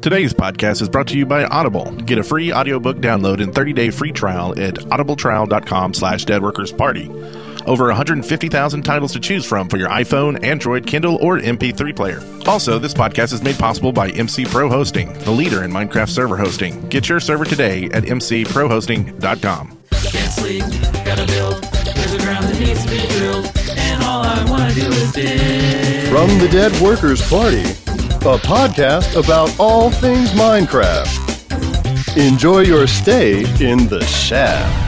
Today's podcast is brought to you by Audible. Get a free audiobook download and 30-day free trial at audibletrial.com slash deadworkersparty. Over 150,000 titles to choose from for your iPhone, Android, Kindle, or MP3 player. Also, this podcast is made possible by MC Pro Hosting, the leader in Minecraft server hosting. Get your server today at mcprohosting.com. Can't sleep, gotta build. There's a ground that needs to be drilled, and all I wanna do is dig. From the Dead Workers Party, a podcast about all things Minecraft. Enjoy your stay in the shaft.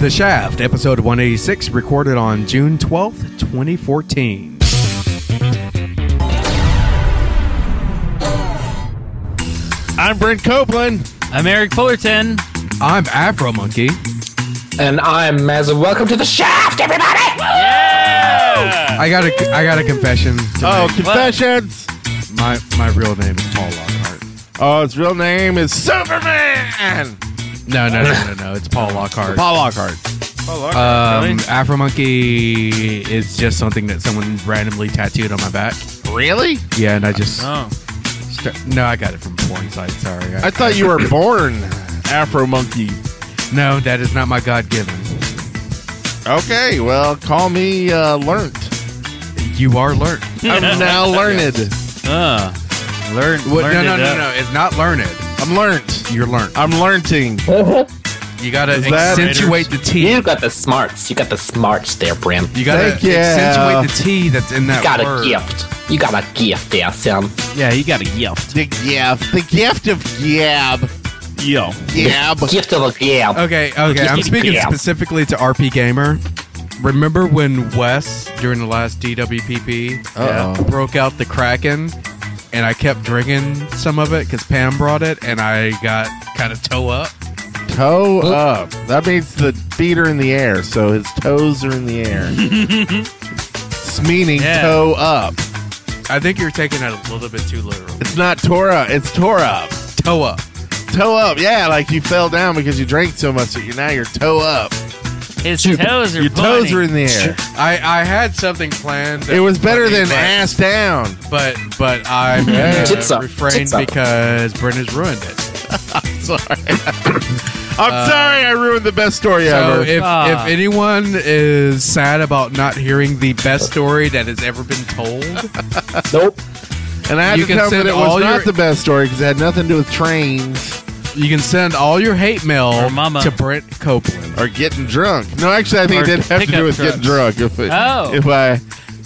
The Shaft, episode 186, recorded on June 12th, 2014. I'm Brent Copeland. I'm Eric Fullerton. I'm Afro Monkey. And I'm Mazza. Welcome to the shaft, everybody! I got a, I got a confession. To Oh, make. confessions. my my real name is Paul Lockhart. Oh, his real name is Superman. No, no, no, no, no. It's Paul Lockhart. Paul Lockhart. Paul Lockhart, um, Afro Monkey is just something that someone randomly tattooed on my back. really? Really? Yeah, and I just Oh. st- no, I got it from porn site. Sorry, I thought you were born Afro Monkey. no, that is not my God given. Okay, well, call me uh, learnt. You are learned. I'm now learned. Uh, learn. What, learn no, it no, no, up. no. It's not learned. Um, I'm learnt. You're learned. I'm learnting. You gotta that- accentuate the T. You got the smarts. You got the smarts there, Brim. You You gotta Thank you. accentuate the T that's in that got word. a gift. You got a gift there, son. Yeah, you got a yelped. The gift. The gift of gab. Yo. Gab. Gift of a Uh, gift. Okay, okay. I'm speaking Yeah. specifically to RP Gamer. Remember when Wes, during the last DWPP, Uh-oh. broke out the Kraken? And I kept drinking some of it because Pam brought it, and I got kind of toe up. Toe up. That means the feet are in the air, so his toes are in the air. it's meaning Yeah. toe up. I think you're taking it a little bit too literal. It's not Torah. It's Torah up. Toe up. Toe up. Yeah, like you fell down because you drank so much that you now you're toe up. His toes are Your toes are in the air. I, I had something planned. that It was better funny, than but- ass down. But but I Tits uh, up. refrained Tits up. because Brenda's ruined it. Sorry. I'm sorry I ruined the best story So ever. if, Ah. if anyone is sad about not hearing the best story that has ever been told, Nope. and I had you to can tell them that send it all was your- not the best story because it had nothing to do with trains you can send all your hate mail Or mama. to Brent Copeland. or getting drunk. No, actually, I think Or it did have to pickup do with getting drunk. If, it, Oh. if I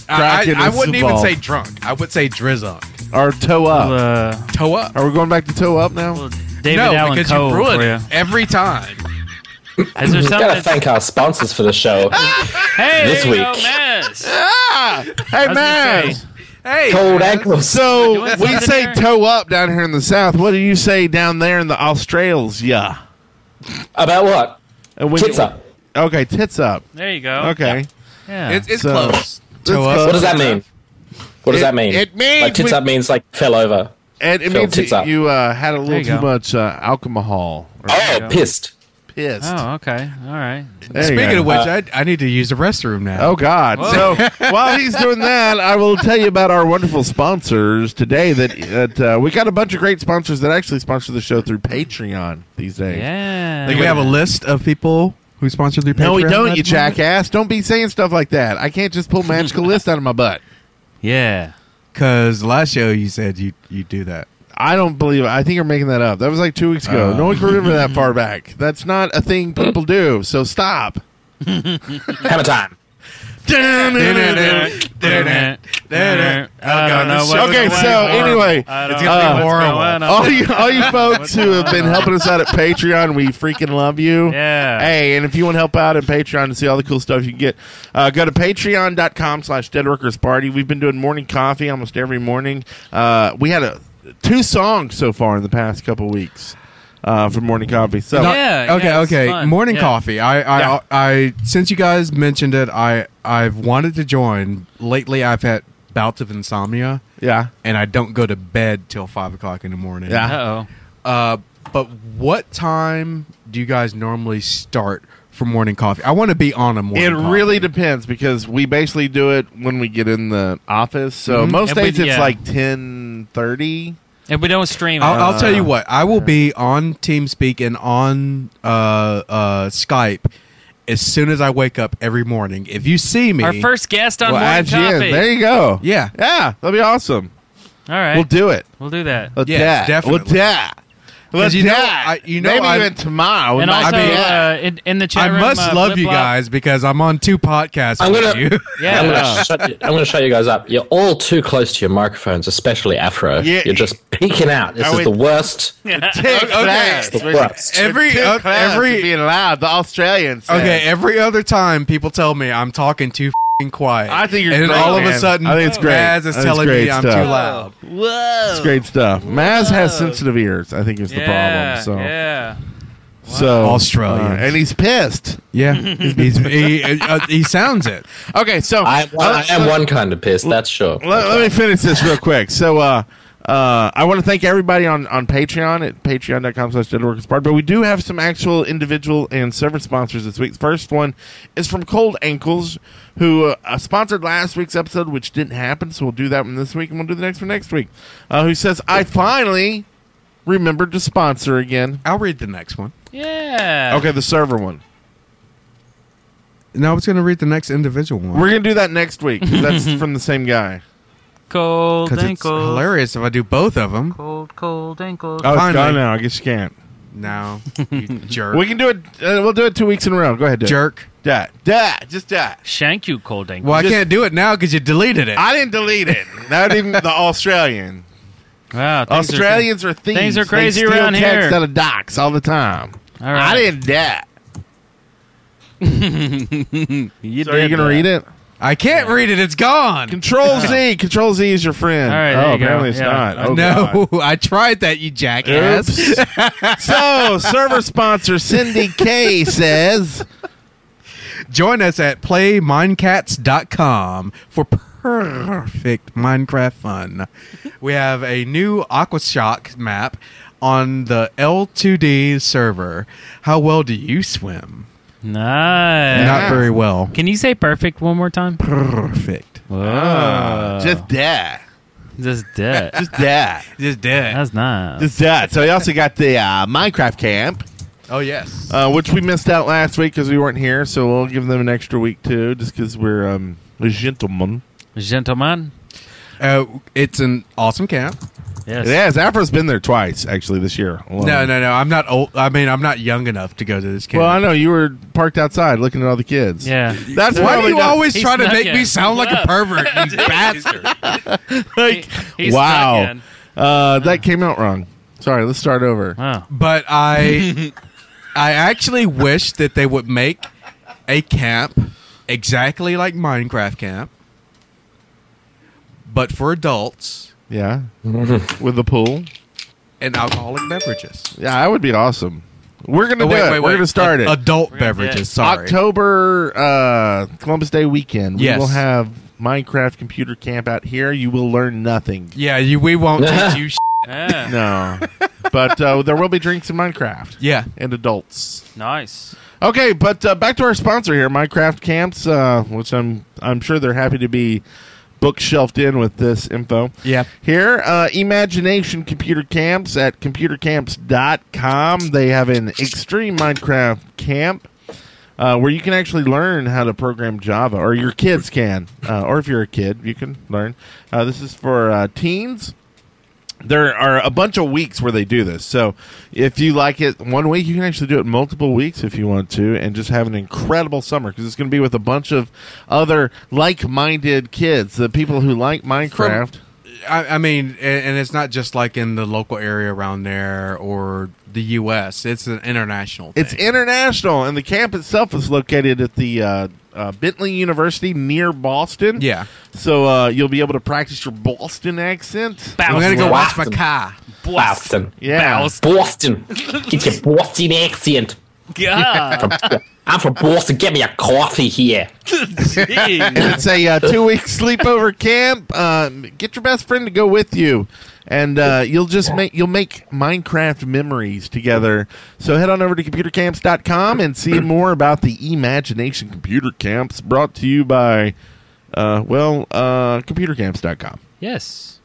I, Kraken I, I is wouldn't even involved. say drunk. I would say drizzunk. or toe up. Uh, Toe up. Are we going back to toe up now? well, David no, Allen because Cole you for ruin you. it every time. Is there Gotta something? thank our sponsors for the show. hey, this there you go, week. Maz. Ah! Hey, was gonna man. say. Hey, Cold man. ankles. So Doing we something say there? toe up down here in the South. What do you say down there in the Australians? Yeah. About what? And when Tits you- up. Okay, tits up. There you go. Okay. Yeah. It's, it's So- close. Toe close. up. What does that mean? What does It- that mean? it means like tits we- up means like fell over. And it So means tits that up. you uh, had a little you too go. much uh, alcohol or Oh, go. pissed. pissed. oh, okay. All right. There you Speaking go. of which, I, I need to use the restroom now. Oh God! So while he's doing that, I will tell you about our wonderful sponsors today. That that uh, we got a bunch of great sponsors that actually sponsor the show through Patreon these days. Yeah. Do we have a list of people who sponsored the Patreon. No, we don't, at you the moment? jackass! Don't be saying stuff like that. I can't just pull magical list out of my butt. yeah. Because last show you said you you do that. I don't believe it. I think you're making that up. That was like two weeks ago. Oh. no one can remember that far back. That's not a thing people do. So stop. Hammer time. I don't know what's Okay, going so on. anyway, I don't it's gonna know be what's horrible. going on. all you, all you folks who have been helping us out at Patreon, we freaking love you. Yeah. Hey, and if you want to help out at Patreon to see all the cool stuff you can get, uh, go to patreon.com slash deadworkersparty. We've been doing morning coffee almost every morning. Uh, we had a two songs so far in the past couple weeks uh, for morning coffee. So Not- Yeah, Uh, okay. yeah, it's okay. fun. Morning Yeah. coffee. I. I, Yeah. I. Since you guys mentioned it, I. I've wanted to join. Lately, I've had bouts of insomnia, yeah, and I don't go to bed till five o'clock in the morning. Yeah. Uh oh. Uh, but what time do you guys normally start for morning coffee? I want to be on a morning. it coffee. really depends because we basically do it when we get in the office. So Mhm. most Mm-hmm. And we- days it's yeah. like ten thirty. If we don't stream it, I'll, I'll tell Uh, you what. I will be on TeamSpeak and on uh, uh, Skype as soon as I wake up every morning. If you see me, our first guest on Well, Morning add you in. Coffee. There you go. Yeah. yeah, that'll be awesome. All right, We'll do Uh, it. We'll do that. Let's Yes, do it. definitely. Let's 'Cause do you know, it. I- you know maybe I'm- even tomorrow. we and might also do it. uh, in, in the chat I room, must uh, love Flip you Flop- guys because I'm on two podcasts I'm with gonna- you. Yeah, I'm gonna shut you, I'm gonna shut you guys up. You're all too close to your microphones, especially Afro. Yeah. You're just peeking out. This I is would- the worst. Tick class. It's the worst. Every Tick oth- class every is being loud. The Australians. said. okay, every other time people tell me I'm talking too fing quiet. I think you're and then great, all of a man. sudden, I think it's great. Baz is I think it's telling great me I'm stuff. too loud. Whoa, It's great stuff. Maz has sensitive ears. I think is the yeah, problem. So, yeah, so Australians. uh, and he's pissed. Yeah, he's, he, uh, he sounds it. Okay, so I, am one- I Uh, am one kind of pissed. That's sure. let, let me finish this real quick. So, uh, uh, I want to thank everybody on, on Patreon at patreon.com slash deadworkerspart, but we do have some actual individual and server sponsors this week. First one is from Cold Ankles, who uh, sponsored last week's episode, which didn't happen, so we'll do that one this week, and we'll do the next one next week, uh, who says, I finally remembered to sponsor again. I'll read the next one. yeah. Okay, the server one. No, I was going to read the next individual one. We're going to do that next week. 'cause That's from the same guy. cold Because it's ankles. hilarious if I do both of them. Cold, cold ankles. Oh, Finally. it's gone now. I guess you can't. No, you jerk. We can do it. Uh, we'll do it two weeks in a row. Go ahead, Dad. jerk. Dad. Dad. Just Dad. Shank you, cold ankles. Well, I Just- can't do it now because you deleted it. I didn't delete it. Not even the Australian. Wow, things are- Australians are thieves. things are crazy they steal around text here. Out of docs all the time. All right. I didn't that. You So are you did gonna that. read it? I can't read it. It's gone. Control Z. Control Z is your friend. All right, there oh, you go. apparently it's Yeah. not. Oh, no, I tried that, you God. jackass. Oops. so server sponsor Cindy K says. Join us at playminecats.com for perfect Minecraft fun. We have a new Aquashock map on the L2D server. How well do you swim? Nice. Not very well. Can you say perfect one more time? Perfect. Uh, just that. Just dead. Just that. Just dead. That's nice. Just that. So he also got the uh, Minecraft camp. Oh, yes. uh, which we missed out last week because we weren't here. So we'll give them an extra week too, just because we're um, gentlemen. Gentlemen. Uh, it's an awesome camp. Yes. Yes, Afro's been there twice actually this year. alone. No, no, no. I'm not old. I mean, I'm not young enough to go to this camp. Well, I know you were parked outside looking at all the kids. Yeah. that's Why probably do you not- always He try to snuck make in. me sound like a Whoa. pervert, you bastard? like, He- he snuck wow. in. Uh, that came out wrong. Sorry, let's start over. Wow. But I, I actually wish that they would make a camp exactly like Minecraft camp, but for adults Yeah, with the pool. and alcoholic beverages. Oh, Yeah, that would be awesome. We're gonna do it. we're gonna start A- it. Adult gonna do beverages. it. Sorry. October uh, Columbus Day weekend. We Yes. will have Minecraft computer camp out here. You will learn nothing. Yeah, you, we won't teach you. Sh- Yeah. No. but uh, there will be drinks in Minecraft. yeah. And adults. Nice. Okay, but uh, back to our sponsor here, Minecraft Camps, uh, which I'm I'm sure they're happy to be bookshelfed in with this info. Yeah. Here, uh, Imagination Computer Camps at computercamps.com. They have an extreme Minecraft camp uh, where you can actually learn how to program Java, or your kids can, uh, or if you're a kid, you can learn. Uh, this is for uh, teens. There are a bunch of weeks where they do this. So if you like it one week, you can actually do it multiple weeks if you want to and just have an incredible summer because it's going to be with a bunch of other like minded kids, the people who like Minecraft. I, I mean, a- and it's not just like in the local area around there or the U.S. It's an international. Thing. It's international, and the camp itself is located at the uh, uh, Bentley University near Boston. Yeah. So uh, you'll be able to practice your Boston accent. I'm gonna go watch my Boston. car. Boston. Yeah. Boston. Get your Boston accent. God. I'm from Boston. Get me a coffee here. Jeez. It's a uh, two week sleepover camp. Um, get your best friend to go with you, and uh, you'll just make you'll make Minecraft memories together. So head on over to computercamps.com and see more about the Imagination Computer Camps brought to you by, uh, well, uh, computercamps.com. yes.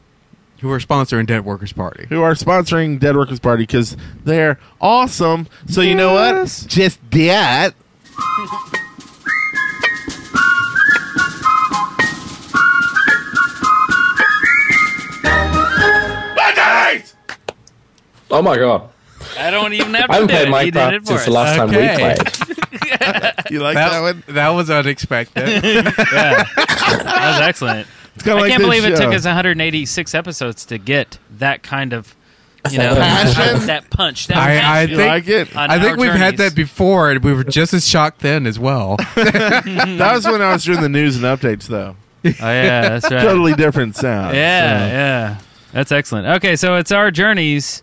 Who are sponsoring Dead Workers Party? Who are sponsoring Dead Workers Party because they're awesome. So you know Yes. what? Just that. Oh my god. I don't even have to I haven't do played it. He did it Minecraft for since us. the last time Okay. we played. You like that, That, one? that was unexpected. That was excellent. It's kind I of like can't this believe it show. took us 186 episodes to get that kind of, you know, Passion? that punch. That I, I passion think You like it? on I think our we've had journeys. that before, and we were just as shocked then as well. That was when I was doing the news and updates, though. Oh yeah, that's right. Totally different sound. Yeah, yeah, that's excellent. Okay, so it's our journeys,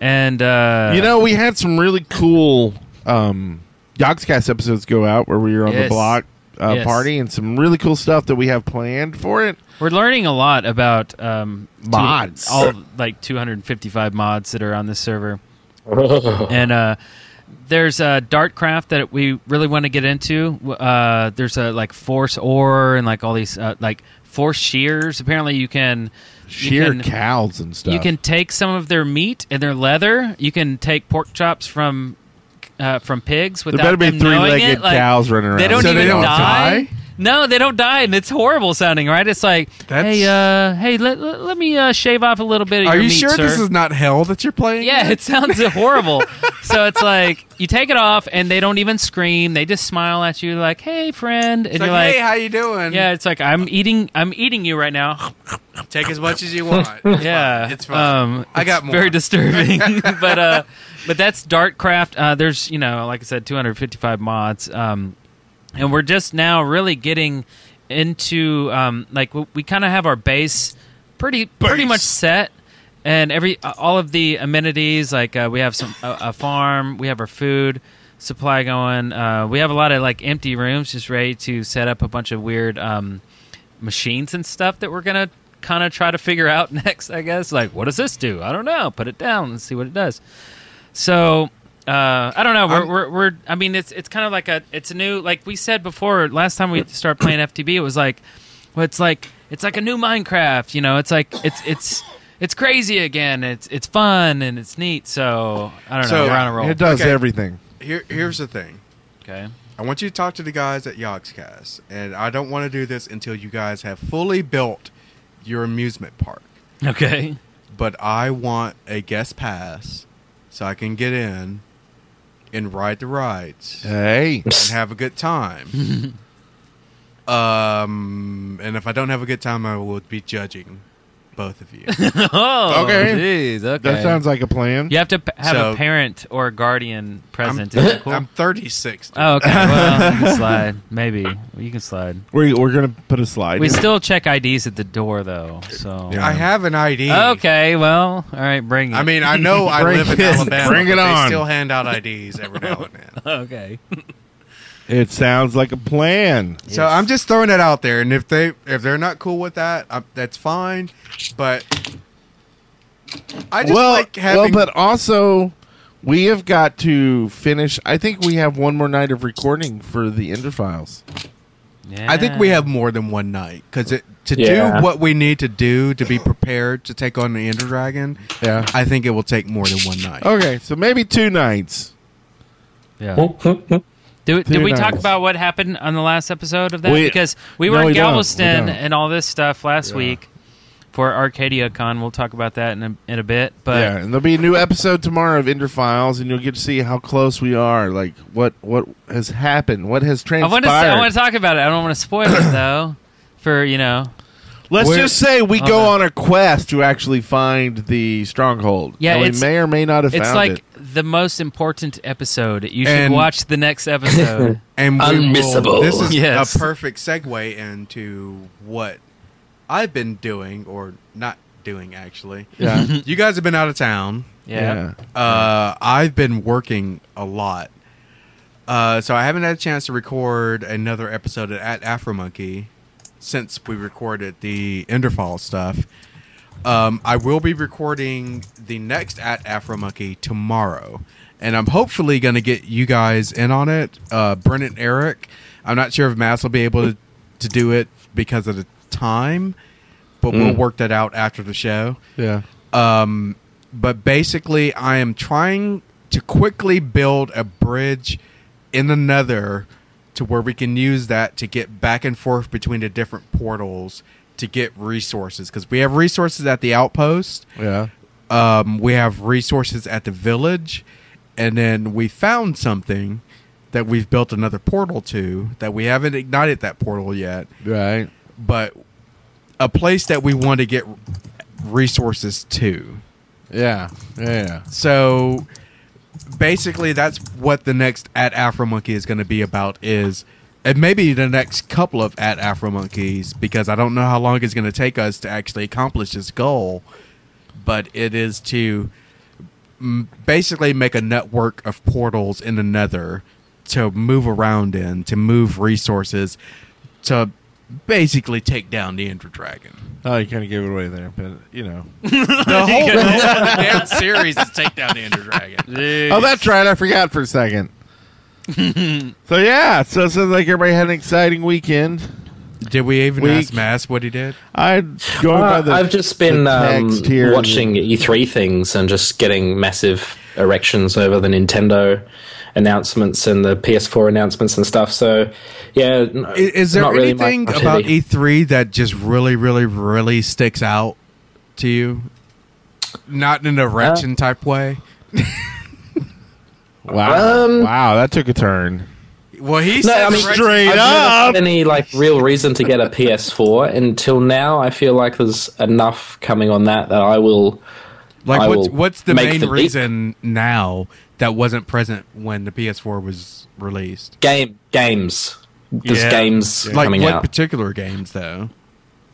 and uh, You know, we had some really cool um, Yogscast episodes go out where we were on the Yes. block uh, Yes. party and some really cool stuff that we have planned for it. we're learning a lot about um, two- Mods. all like 255 mods that are on this server, and uh, there's uh, Dartcraft that we really want to get into. Uh, there's a like force ore and like all these uh, like force shears. Apparently, you can Sheer you can, cows and stuff. You can take some of their meat and their leather. You can take pork chops from uh, from pigs there without better be them knowing three-legged it. Like, cows running around. They don't So even they don't die? die? No, they don't die, and it's horrible sounding, right? It's like, That's- hey, uh, hey, let, let, let me uh, shave off a little bit of Are your you meat, sure sir. this is not hell that you're playing? yeah, in? it sounds horrible. so it's like you take it off, and they don't even scream. They just smile at you, like, "Hey, friend," and It's you're like, like, hey, how you doing? "Yeah." It's like I'm eating, I'm eating you right now. take as much as you want. Yeah, um, It's fine. I it's got more. very disturbing, but uh, but that's Dartcraft. Uh, there's you know, like I said, 255 mods, um, and we're just now really getting into um, like we, we kind of have our base pretty pretty much set, and every uh, all of the amenities like uh, we have some a, a farm, we have our food supply going, uh, we have a lot of like empty rooms just ready to set up a bunch of weird. Um, machines and stuff that we're gonna kind of try to figure out next. I guess like what does this do? I don't know. Put it down and see what it does. So uh, I don't know. We're, we're we're I mean it's it's kind of like a it's a new like we said before last time we started playing FTB it was like well it's like it's like a new Minecraft. You know it's like it's it's. It's crazy again. It's it's fun and it's neat. So I don't know. So- we're on a roll. It does Okay. everything. Here, here's the thing. Okay. I want you to talk to the guys at Yogscast, and I don't want to do this until you guys have fully built your amusement park. Okay. But I want a guest pass so I can get in and ride the rides Hey. and have a good time. um, and if I don't have a good time, I will be judging both of you. Oh. Okay. Jeez. Okay. That sounds like a plan. You have to p- have So- a parent or a guardian present. I'm, Is that cool? I'm 36. oh, okay. Well, you can slide. Maybe you can slide. We're, we're going to put a slide. We in. still check IDs at the door, though. So I have an ID. okay. Well, all right. Bring it. I mean, I know I Bring live in it- Alabama. bring it but on. They still hand out IDs every now and then. okay. it sounds like a plan. So Yes. I'm just throwing it out there, and if they if they're not cool with that, I, that's fine. But I just well, like having. well, but also we have got to finish. I think we have one more night of recording for the Ender Files. I think we have more than one night because to Yeah. do what we need to do to be prepared to take on the Ender Dragon. Yeah. I think it will take more than one night. Okay, so maybe two nights. Yeah. Do, did Two we talk nights. about what happened on the last episode of that? We- because we no, were we in don't. We Galveston don't. and all this stuff last week for Arcadia Con. We'll talk about that in a, in a bit. But yeah, and there'll be a new episode tomorrow of Ender Files, and you'll get to see how close we are. Like what what has happened, what has I transpired. want to I want to talk about it. I don't want to spoil it though. For you know, Let's Where- just say we go Oh, on a quest to actually find the stronghold. Yeah, and we it's- may or may not have It's found like it. the most important episode. You should And- watch the next episode. and we will- Unmissable. this is Yes. a perfect segue into what I've been doing or not doing actually. Yeah. you guys have been out of town. yeah. Uh, I've been working a lot. Uh, so I haven't had a chance to record another episode at Afro Monkey since we recorded the Enderfall stuff. Um, I will be recording the next at Afro Monkey tomorrow, and I'm hopefully going to get you guys in on it. Uh, Brent and Eric. I'm not sure if Mass will be able to, to do it because of the time, but we'll work that out after the show Yeah. but basically I am trying to quickly build a bridge in another to where we can use that to get back and forth between the different portals to get resources because we have resources at the outpost Yeah. um, we have resources at the village, and then we found something that we've built another portal to that we haven't ignited that portal yet, Right. but a place that we want to get resources to. Yeah. Yeah. So basically, that's what the next at Afro Monkey is going to be about. Is and maybe the next couple of at Afro Monkeys because I don't know how long it's going to take us to actually accomplish this goal, but it is to mm, basically make a network of portals in another to move around in to move resources to basically take down the Ender Dragon. Oh, you kind of gave it away there, but you know. The whole, the whole damn series is take down the Ender Dragon. Oh, that's right. I forgot for a second. so yeah, so it sounds like everybody had an exciting weekend. Did we even Week. ask Mass what he did? I'd go by Uh, the. I've just been the um, text here. watching E3 things and just getting massive erections over the Nintendo announcements and the PS4 announcements and stuff. So, yeah, n- Is, is there not really my- anything my about TV. E3 that just really, really, really sticks out to you? Not in an erection type way. Wow! Um, wow, that took a turn. Well, he No, said I mean, erection- Straight up. I've never had any like real reason to get a PS4 until now. I feel like there's enough coming on that that I will. I like what's, will what's the make main the leap. reason now that wasn't present when the PS4 was released? game games. There's Yeah. games Like coming what out. particular games though?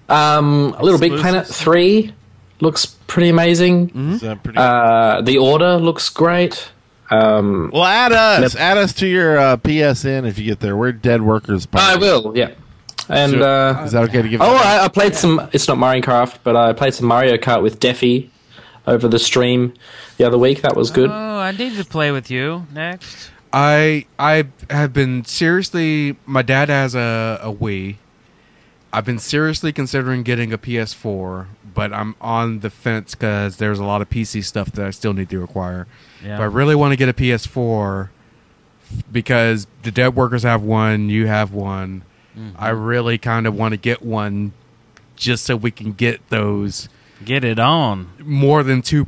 Um, Little Big Planet Exclusives. three looks pretty amazing. Is that pretty- Uh, the Order looks great. Um, well, add us. Add us to your uh, PSN if you get there. We're dead workers. I Party. will. Yeah, and So- uh, Is that okay to give? oh, I, I played some. It's not Mario Kart, but I played some Mario Kart with Deffy over the stream the other week. That was good. Oh, I need to play with you next. I I have been seriously. My dad has a a Wii. I've been seriously considering getting a PS4, but I'm on the fence because there's a lot of PC stuff that I still need to acquire. Yeah. But I really want to get a PS4 because the dead workers have one, you have one. I really kind of want to get one just so we can get those Get it on. more than two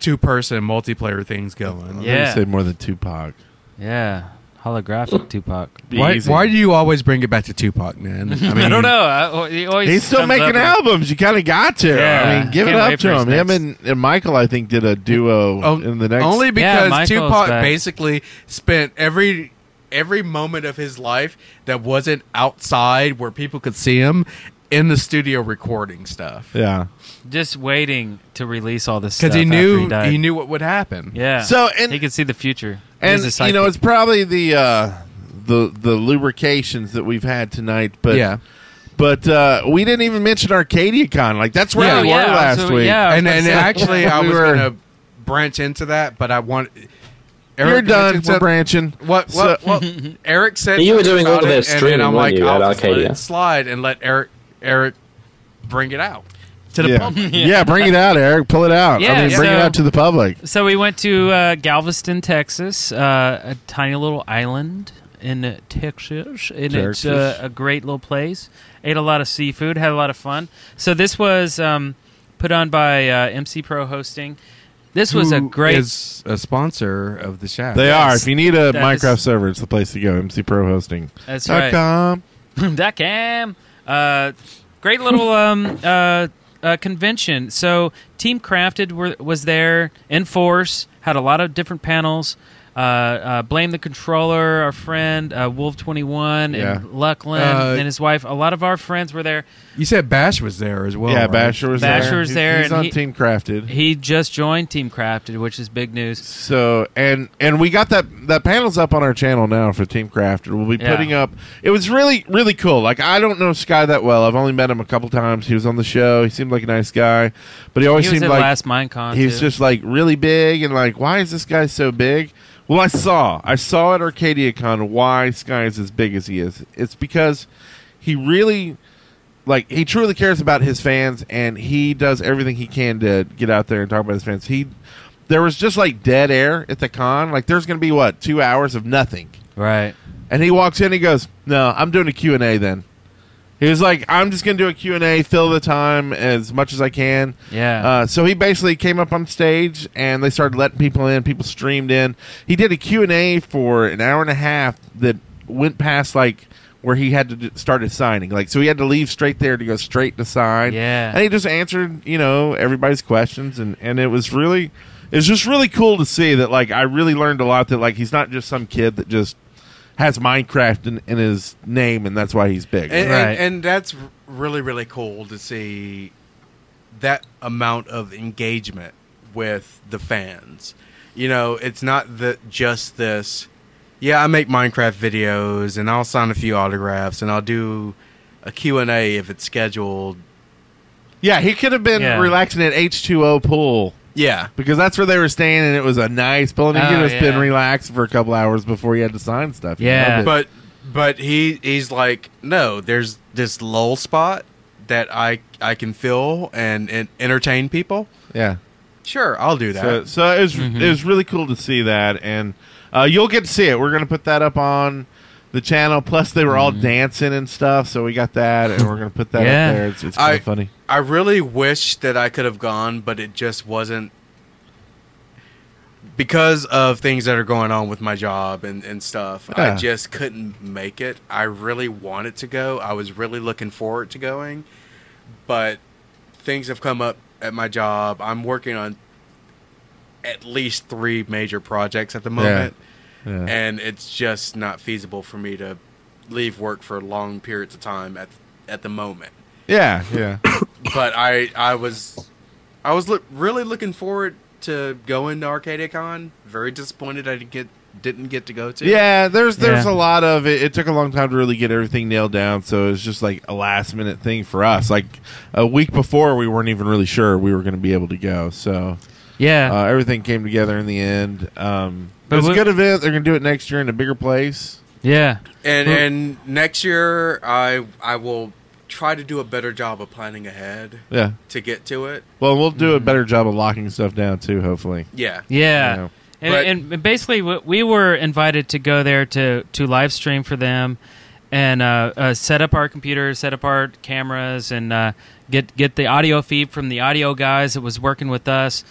two person multiplayer things going. Yeah. Say more than Tupac. Yeah. Holographic Tupac. Be Why, easy. why do you always bring it back to Tupac, man? I, mean, don't know. I, he always He's still comes making up with- albums. You kind of got to. I Yeah. mean, give Can't it up wait to for him. his Him next- and, and Michael, I think, did a duo Oh, in the next. only because Michael's Tupac back. basically spent every every moment of his life that wasn't outside where people could see him in the studio recording stuff yeah. Just waiting to release all this stuff. because he after knew he, died. he, knew what would happen. Yeah. So, and- he could see the future. and He's a you know it's psychic. probably the uh the the lubrications that we've had tonight but Yeah. but uh we didn't even mention arcadiacon like that's where Yeah, we yeah, were last so- week yeah. I was and gonna and say- actually, I We was were- gonna branch into that, but I want. Eric you're done mentioned we're some- branching What So- what, what Eric said? You were something doing all about it, of their and- streaming, and I'm weren't like, you, I'll at just let Arcadia? it slide and let Eric Eric bring it out to the yeah. public. yeah bring it out eric pull it out i Yeah, mean bring it so- out to the public So we went to uh, Galveston, Texas, uh, a tiny little island in uh, Texas, and Texas. it's uh, a great little place. Ate a lot of seafood, had a lot of fun. So this was um, put on by uh, MC Pro Hosting. This was a who great. is a sponsor of the shaft. they are if you need a That minecraft is- server it's the place to go mc pro hosting That's right. com. Dot com. Uh, great little um, uh, uh, convention. So Team Crafted were, was there in force. Had a lot of different panels. Uh, uh, Blame the controller, our friend uh, Wolf Twenty One Yeah. and Luckland Uh, and his wife. A lot of our friends were there. You said Bash was there as well. yeah, right? Basher was there. Basher was He's- there, He's, and on he- Team Crafted. He just joined Team Crafted, which is big news. So and and we got that that panel's up on our channel now for Team Crafted. We'll be Yeah. putting up. It was really really cool. Like I don't know Sky that well. I've only met him a couple times. He was on the show. He seemed like a nice guy, but he always He was seemed at like last Minecon. he was too. just like really big and like why is this guy so big? Well, I saw I saw at ArcadiaCon why Sky is as big as he is. It's because he really like he truly cares about his fans and he does everything he can to get out there and talk about his fans. He there was just like dead air at the con. Like there's going to be what, 2 hours of nothing. right. And he walks in he goes, "No, I'm doing a Q&A then." He was like, "I'm just going to do a Q&A, fill the time as much as I can." Yeah. Uh, so he basically came up on stage and they started letting people in. People streamed in. He did a Q&A for an hour and a half that went past like where he had to d- start his signing. Like so he had to leave straight there to go straight to sign. Yeah. And he just answered, you know, everybody's questions and and it was really it was just really cool to see that like I really learned a lot that like he's not just some kid that just has Minecraft in, in his name and that's why he's big. And, Right. and, and that's r- really, really cool to see that amount of engagement with the fans. You know, it's not that just this. Yeah, I make Minecraft videos, and I'll sign a few autographs, and I'll do a Q and A if it's scheduled. yeah, he could have been Yeah. relaxing at H2O pool Yeah, because that's where they were staying, and it was a nice pool. And he Oh, could have been yeah. relaxed for a couple hours before he had to sign stuff. you Yeah. know, but but he he's like, no, there's this lull spot that I I can fill and, and entertain people. yeah. Sure, I'll do that. So, so it was Mm-hmm. it was really cool to see that, and uh, you'll get to see it. We're gonna put that up on the channel. Plus, they were all dancing and stuff, so we got that, and we're gonna put that Mm-hmm. Yeah. up there. It's, it's kind I of funny. I really wish that I could have gone, but it just wasn't because of things that are going on with my job and, and stuff. Yeah. I just couldn't make it. I really wanted to go. I was really looking forward to going, but things have come up at my job. I'm working on at least three major projects at the moment, Yeah. and it's just not feasible for me to leave work for long periods of time at at the moment Yeah, yeah, but I I was I was look, really looking forward to going to ArcadiaCon. Very disappointed I didn't get didn't get to go to. yeah. There's there's Yeah. a lot of it. It took a long time to really get everything nailed down, so it's just like a last minute thing for us. Like a week before, we weren't even really sure we were gonna be able to go. So Yeah. Uh, everything came together in the end. Um, But it was a we- good event. They're going to do it next year in a bigger place. yeah. And and next year I I will try to do a better job of planning ahead Yeah. to get to it. Well, we'll do a better job of locking stuff down too. Hopefully. Yeah. Yeah. You know. But- And, and basically, w- we were invited to go there to to live stream for them, and uh, uh, set up our computers, set up our cameras, and uh, get get the audio feed from the audio guys that was working with us,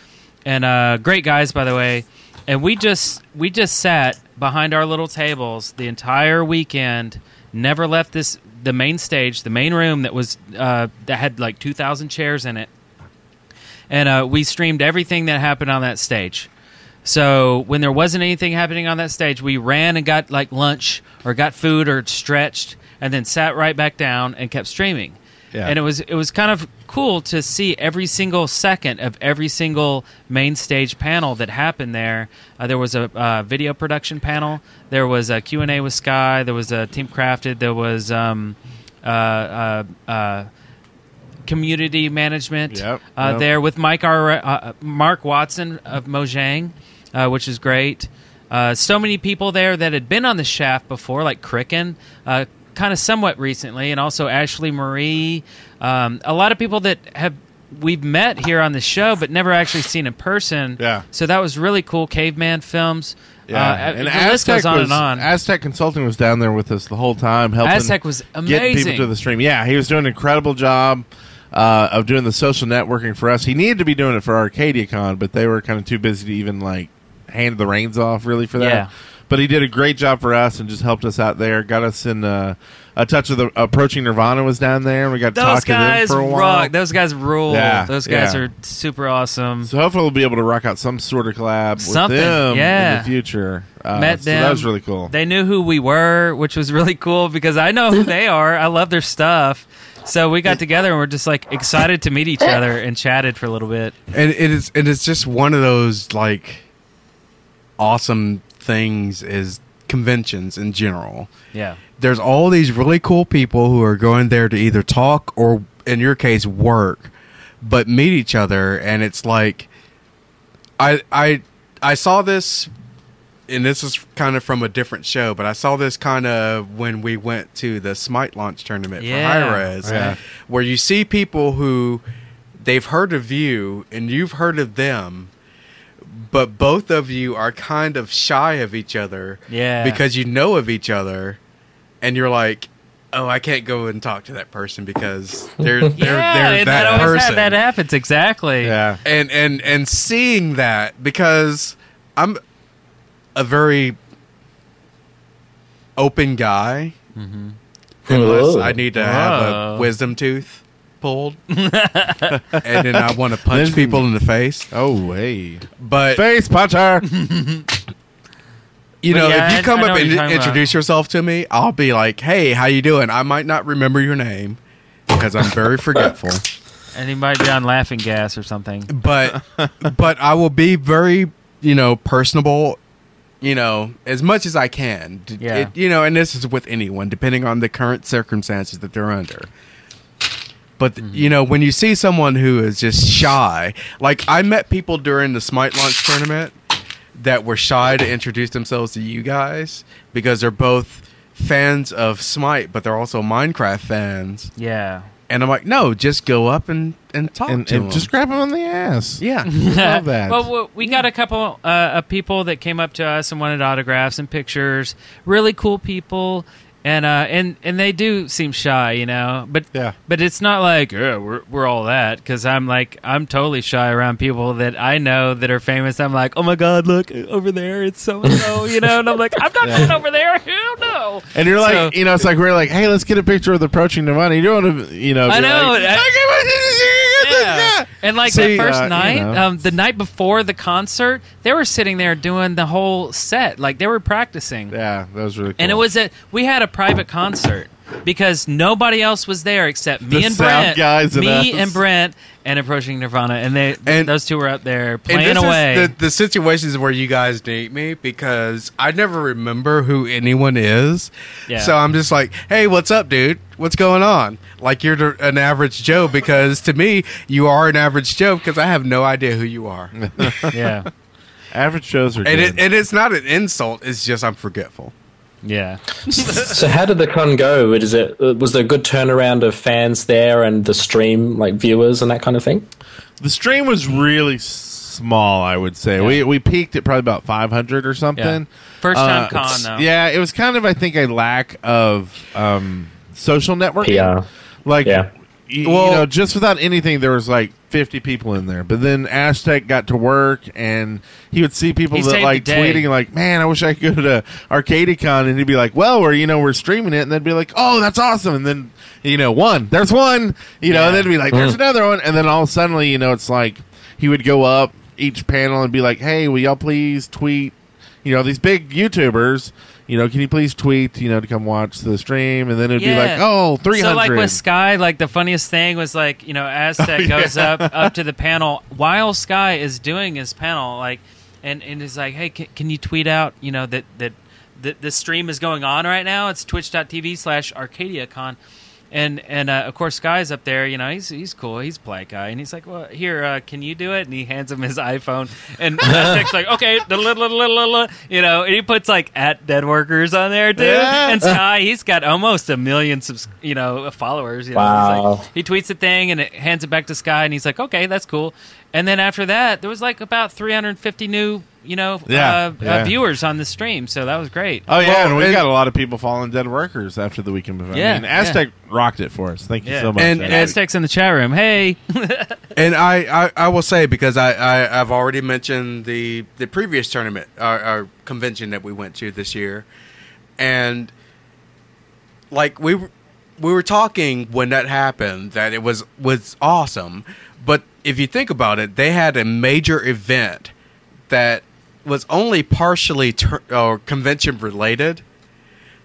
and uh, great guys by the way. And we just we just sat behind our little tables the entire weekend, never left this the main stage, the main room that was uh, that had like two thousand chairs in it and uh, we streamed everything that happened on that stage. So when there wasn't anything happening on that stage, we ran and got like lunch or got food or stretched, and then sat right back down and kept streaming. Yeah. And it was it was kind of cool to see every single second of every single main stage panel that happened there. Uh, there was a uh, video production panel. There was a Q and A with Sky. There was a Team Crafted. There was um, uh, uh, uh, community management Yep, uh, yep. there with Mike R- uh, Mark Watson of Mojang, uh, which is great. Uh, so many people there that had been on the shaft before, like Cricken, uh, kind of somewhat recently, and also Ashley Marie. Um, a lot of people that have we've met here on the show, but never actually seen in person. Yeah. So that was really cool. Caveman films. Uh, and the list goes on was, and on. Aztec Consulting was down there with us the whole time, helping. Aztec was Getting amazing. people to the stream. Yeah, he was doing an incredible job. Uh, of doing the social networking for us, he needed to be doing it for ArcadiaCon, but they were kind of too busy to even like hand the reins off really for that. Yeah. But he did a great job for us and just helped us out there, got us in uh, A Touch of the Approaching Nirvana was down there. and We got to Those talk to them guys for a while. rock. Those guys rule. Yeah, Those guys yeah. are super awesome. So hopefully we'll be able to rock out some sort of collab Something, with them in yeah. the future. Uh, Met so them. that was really cool. They knew who we were, which was really cool because I know who they are. I love their stuff. So we got together and we're just like excited to meet each other and chatted for a little bit. and it is and it's just one of those like awesome things is conventions in general Yeah. there's all these really cool people who are going there to either talk or in your case work but meet each other and it's like i i i saw this and this is kind of from a different show but i saw this kind of when we went to the smite launch tournament Yeah. for high res Yeah. where you see people who they've heard of you and you've heard of them but both of you are kind of shy of each other Yeah. because you know of each other and you're like oh i can't go and talk to that person because they're they're, yeah, they're and that, always ha- person that happens exactly. yeah. and and and seeing that because i'm a very open guy unless Whoa. i need to have Whoa. a wisdom tooth pulled and then i want to punch Listen. people in the face Oh, hey. but Face puncher. you But know, yeah, if I- you come I know up what and you're talking introduce yourself to me, I'll be like, "Hey, how you doing?" I might not remember your name because I'm very forgetful, And he might be on laughing gas or something. but but I will be very, you know, personable, you know, as much as I can. D- Yeah. it- you know, and this is with anyone depending on the current circumstances that they're under. But Mm-hmm. you know, when you see someone who is just shy, like I met people during the Smite launch tournament that were shy to introduce themselves to you guys because they're both fans of Smite, but they're also Minecraft fans. Yeah. And I'm like, no, just go up and and talk and to and them. just grab him on the ass. yeah, Love that. Well, we- we got a couple uh, of people that came up to us and wanted autographs and pictures. Really cool people, and uh, and and they do seem shy, you know. But Yeah. but it's not like yeah, we're we're all that because I'm like I'm totally shy around people that I know that are famous. I'm like, oh my god, look over there, it's so and so, you know. And I'm like, I'm not going over there. Who no. And you're like, So- you know, it's like we're like, hey, let's get a picture of the approaching Nirvana. You don't want to, you know, I be know, like, I- Yeah. And like See, that first uh, you night, know. um, the night before the concert, they were sitting there doing the whole set. Like they were practicing. yeah, that was really. Cool. And it was a we had a private concert because nobody else was there except me The and sound Brent, guys and me us. and Brent, and approaching Nirvana, and they And- those two were up there And playing away. Is the, the situations where you guys date me because I never remember who anyone is. Yeah. So I'm just like, hey, what's up, dude? What's going on? Like you're the- an average Joe because to me you are an average Joe because I have no idea who you are, and yeah, average shows are good. it, and it's not an insult. It's just I'm forgetful. yeah. so how did the con go? Is it was there a good turnaround of fans there and the stream like viewers and that kind of thing? the stream was really small. I would say we we peaked at probably about 500 or something. First time Uh, con though. Yeah, it was kind of I think a lack of um, social networking. PR. Like, Yeah. y- you, Well- know, just without anything, there was like 50 people in there. But then Aztec got to work, and he would see people He that saved like the day. tweeting, like, "Man, I wish I could go to Arcadicon," and he'd be like, "Well, we're you know we're streaming it," and they'd be like, "Oh, that's awesome!" And then you know, one, there's one, you know, and then it'd be like, "There's another one," and then all of a sudden, you know, it's like he would go up each panel and be like, "Hey, will y'all please tweet?" You know, these big YouTubers. You know, can you please tweet? You know, to come watch the stream, and then it'd be like, oh, 300. So like with Sky, like the funniest thing was like you know Oh, Aztec goes up up to the panel while Sky is doing his panel, like and and is like, hey, can, can you tweet out you know that that that the stream is going on right now? It's twitch.tv slash ArcadiaCon. And and uh, of course, Sky's up there. You know, he's he's cool. He's a polite guy, and he's like, "Well, here, uh, can you do it?" And he hands him his iPhone, and Aztec's like, "Okay, da- la- la- la- la- la," you know." And he puts like at dead workers on there too. Yeah. And Sky, he's got almost a million subs- you know followers. You know? He's Wow. like- he tweets a thing and it hands it back to Sky, and he's like, "Okay, that's cool." And then after that, there was like about 350 new you know Yeah, uh, yeah. Uh, viewers on the stream, so that was great. Oh yeah, Well, and we and- got a lot of people following dead workers after the weekend. Event. Yeah, I mean, Aztec rocked it for us. Thank you Yeah. so much. And- And Aztec. Aztec's in the chat room. Hey, And I, I, I will say because I, I I've already mentioned the the previous tournament our, our convention that we went to this year, and like we were- we were talking when that happened that it was was awesome, but if you think about it, they had a major event that was only partially tur- or convention related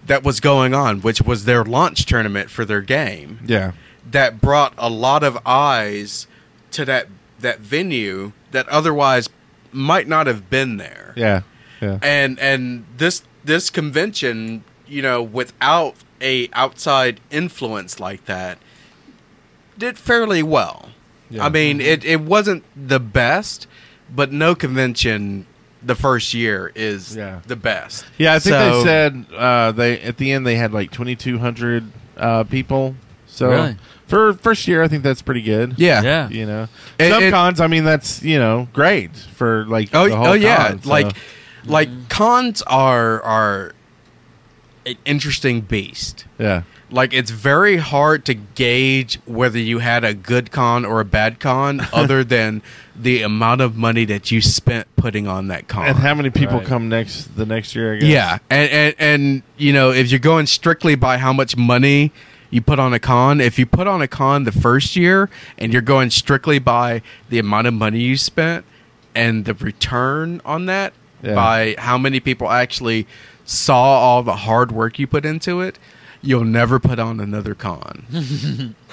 that was going on, which was their launch tournament for their game Yeah. that brought a lot of eyes to that that venue that otherwise might not have been there. Yeah. Yeah. And and this this convention, you know, without a outside influence like that, did fairly well. Yeah. I mean, it, it wasn't the best, but no convention the first year is Yeah. the best. Yeah, I think So- they said uh, they at the end they had like twenty two hundred uh, people. So Really? for first year, I think that's pretty good. Yeah. Yeah. you know, It- some it- cons. I mean, that's you know great for like Oh, the whole oh yeah, con, so- like like cons are are an interesting beast. yeah, Like it's very hard to gauge whether you had a good con or a bad con, other than the amount of money that you spent putting on that con. and how many people Right. come next the next year? I guess. yeah, and, and and you know if you're going strictly by how much money you put on a con, if you put on a con the first year and you're going strictly by the amount of money you spent and the return on that Yeah. by how many people actually saw all the hard work you put into it, you'll never put on another con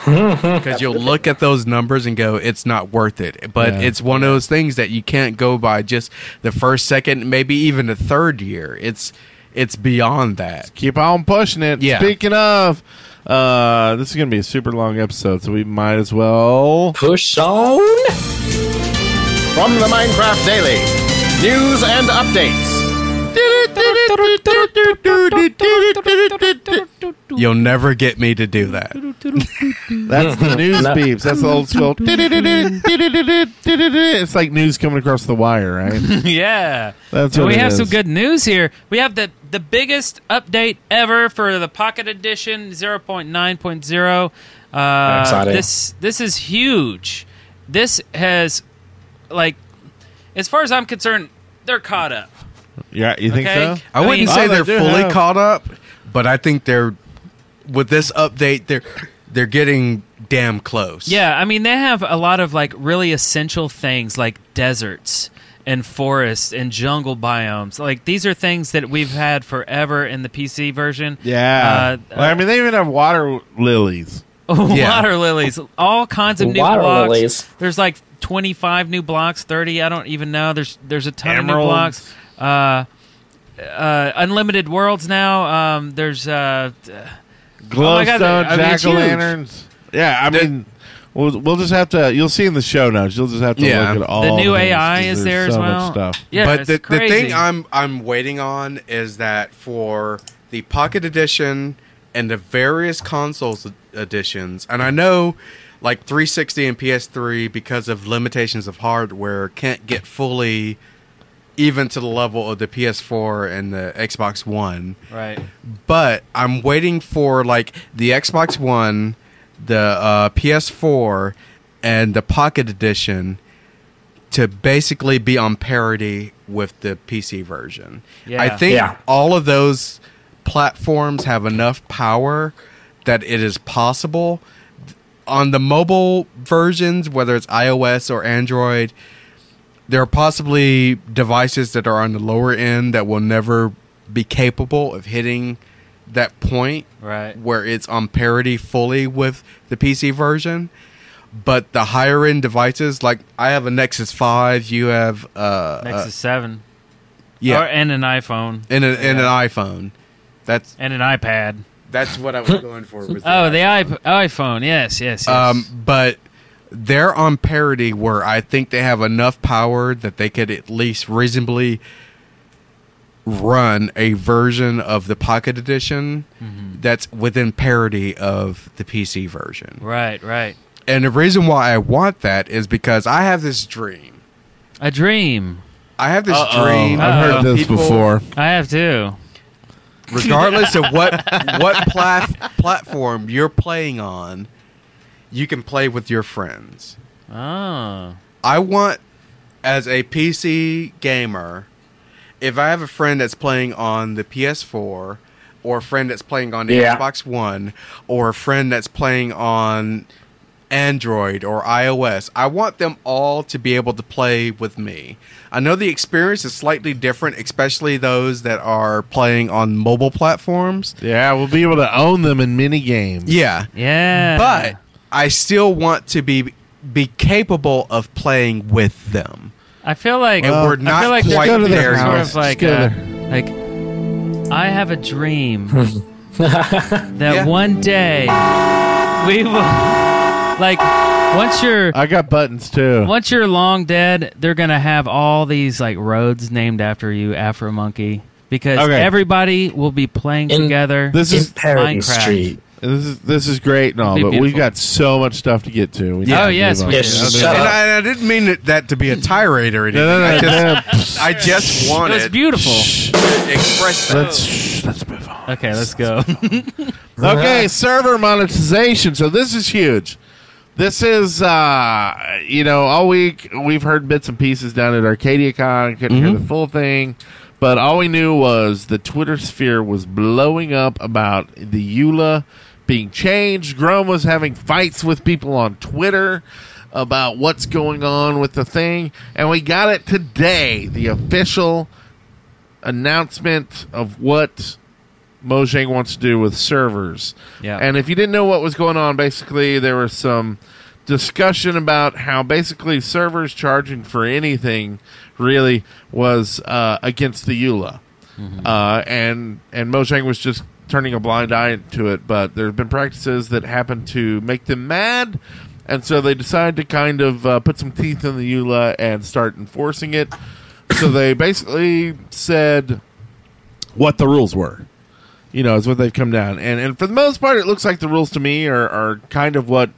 because you'll look at those numbers and go, it's not worth it. But Yeah. it's one of those things that you can't go by just the first, second, maybe even the third year. It's it's beyond that. keep on pushing it. Yeah. Speaking of, uh, this is gonna be a super long episode, so we might as well. Push on. From the Minecraft Daily, news and updates. You'll never get me to do that. That's the news No. beeps. That's the old school. It's like news coming across the wire, right? yeah. That's So what we it have some is. good news here. We have the the biggest update ever for the Pocket Edition 0.9.0. Uh, Exciting. This this is huge. This has like as far as I'm concerned, they're caught up. Yeah, you think Okay. so? I, I wouldn't mean- say Oh, they they're do fully have- caught up, but I think they're with this update they're they're getting damn close. Yeah, I mean they have a lot of like really essential things like deserts and forests and jungle biomes. Like these are things that we've had forever in the PC version. Yeah. Uh, Well, I mean, they even have water lilies. water Yeah. lilies, all kinds of new Water blocks. lilies. There's like 25 new blocks, 30. I don't even know. There's there's a ton of new Emeralds. blocks. Uh, uh, unlimited worlds now. Um, there's uh, my God, Glowstone I mean, it's jack o' lanterns. Yeah, I They're- mean, we'll, we'll just have to. You'll see in the show notes. You'll just have to Yeah. look at all the new these, AI 'cause is there there's as so much well. stuff. Yeah, but it's the, the crazy. thing I'm I'm waiting on is that for the Pocket Edition and the various consoles ed- editions, and I know like 360 and PS3 because of limitations of hardware can't get fully even to the level of the PS4 and the Xbox One right. but I'm waiting for like the Xbox One, the uh, PS4, and the Pocket Edition to basically be on parity with the PC version. Yeah. I think Yeah. all of those platforms have enough power that it is possible on the mobile versions, whether it's iOS or Android, there are possibly devices that are on the lower end that will never be capable of hitting that point Right. where it's on parity fully with the PC version. But the higher end devices, like I have a Nexus Five, you have uh, Nexus uh, Seven. yeah, Or- Oh, and an iPhone and, a, and an iPhone. That's and an iPad. that's what I was going for. Was Oh, the iP- iPhone. Yes, yes, yes. Um, but they're on parity where I think they have enough power that they could at least reasonably run a version of the Pocket Edition that's within parity of the PC version. right, right. And the reason why I want that is because I have this dream. A dream. I have this Uh-oh. dream. I've Uh, heard of this people- before. I have too. regardless of what what plat- platform you're playing on, you can play with your friends. Oh, I want, as a PC gamer, if I have a friend that's playing on the PS4, or a friend that's playing on the Yeah. Xbox One or a friend that's playing on Android or iOS. I want them all to be able to play with me. I know the experience is slightly different, especially those that are playing on mobile platforms. Yeah, we'll be able to own them in mini games. Yeah. Yeah. But I still want to be be capable of playing with them. I feel like And we're I not feel like quite there's there Sort yet. of like, go uh, there. like I have a dream that Yeah. one day we will like once you're I got buttons too. once you're long dead, they're gonna have all these like roads named after you, Afro Monkey, because Okay. everybody will be playing In- together. This is Imperium Minecraft. Street. this is this is great and all, It'd be but we've beautiful. got so much stuff to get to. We need Oh, to yes, move on. we Yeah, do. shut Okay. And up. I, I didn't mean it, that to be a tirade or anything. No, no, no. I just it wanted was beautiful. to express that. let's shh, let's move on. Okay, let's go. Okay, server monetization. So this is huge. This is uh you know, all week we've heard bits and pieces down at ArcadiaCon, couldn't hear the full thing. But all we knew was the Twitter sphere was blowing up about the EULA being changed. Grom was having fights with people on Twitter about what's going on with the thing. And we got it today, the official announcement of what Mojang wants to do with servers. Yeah. And if you didn't know what was going on, basically there was some discussion about how basically servers charging for anything really was uh, against the EULA. Uh, and and Mojang was just turning a blind eye to it, but there have been practices that happen to make them mad, and so they decided to kind of uh, put some teeth in the EULA and start enforcing it. so they basically said what the rules were. You know, is what they've come down, and and for the most part, it looks like the rules to me are are kind of what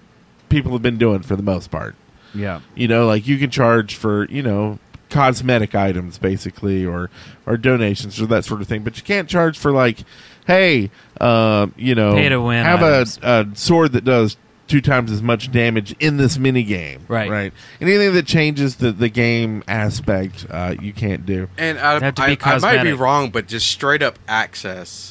people have been doing for the most part. yeah. You know, like you can charge for you know cosmetic items basically, or or donations or that sort of thing, but you can't charge for like, hey, uh, you know, Pay to win have a, items. a sword that does two times as much damage in this mini game, Right. Right. Anything that changes the the game aspect, uh, you can't do. And I, It'd have to I, be I might be cosmetic. wrong, but just straight up access.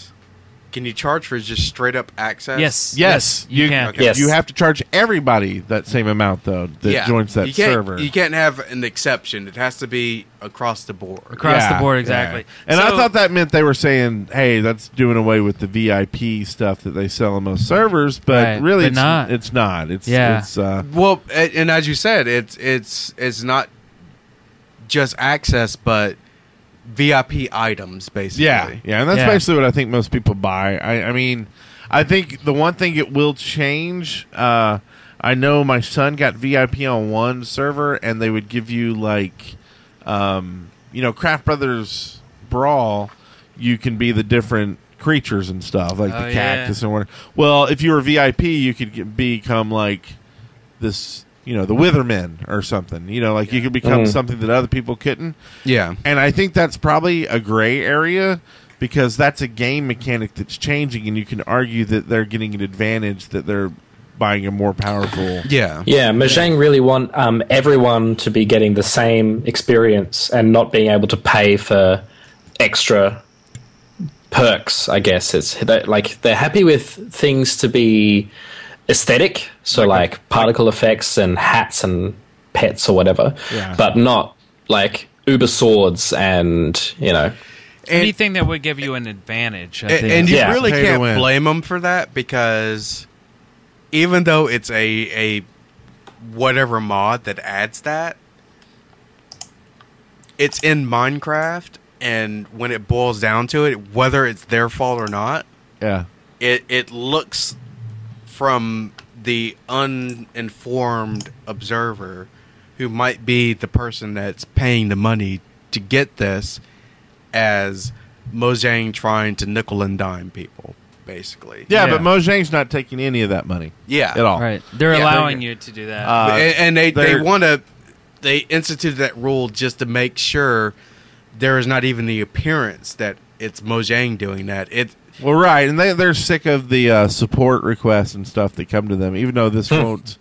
Can you charge for just straight up access? Yes. Yes, You, can. okay. Yes. You have to charge everybody that same amount though that joins that you can't, server. You can't have an exception. It has to be across the board. Across Yeah, the board, yeah. exactly. And I So- thought that meant they were saying, "Hey, that's doing away with the VIP stuff that they sell on most servers," but Right, really, but it's not. It's not. It's Yeah. It's, uh, Well, a- and as you said, it's it's it's not just access, but VIP items, basically. yeah, yeah, and that's Yeah. basically what I think most people buy. I, I mean, I think the one thing it will change. Uh, I know my son got VIP on one server, and they would give you like, um, you know, Craft Brothers Brawl. You can be the different creatures and stuff, like Oh, the yeah. cactus and whatever. Well, if you were VIP, you could get, become like this, you know, the Withermen or something. You know, like you could become Mhm. something that other people couldn't. yeah. And I think that's probably a gray area because that's a game mechanic that's changing, and you can argue that they're getting an advantage that they're buying a more powerful. Yeah. Yeah, Mojang really want um, everyone to be getting the same experience and not being able to pay for extra perks. I guess it's they like they're happy with things to be aesthetic, so like, particle effects and hats and pets or whatever, Yeah. but not like uber swords and you know And, anything that would give you an advantage. I and, think. and you Yeah. really Pay to win. can't blame them for that because even though it's a a whatever mod that adds that, it's in Minecraft, and when it boils down to it, whether it's their fault or not, Yeah. it it looks from the uninformed observer who might be the person that's paying the money to get this as Mojang trying to nickel and dime people basically. Yeah, Yeah. but Mojang's not taking any of that money Yeah. at all. right. They're Yeah. allowing you to do that. Uh, and, and they they they're- want to they instituted that rule just to make sure there is not even the appearance that it's Mojang doing that. It Well, right, and they they're sick of the uh, support requests and stuff that come to them, even though this won't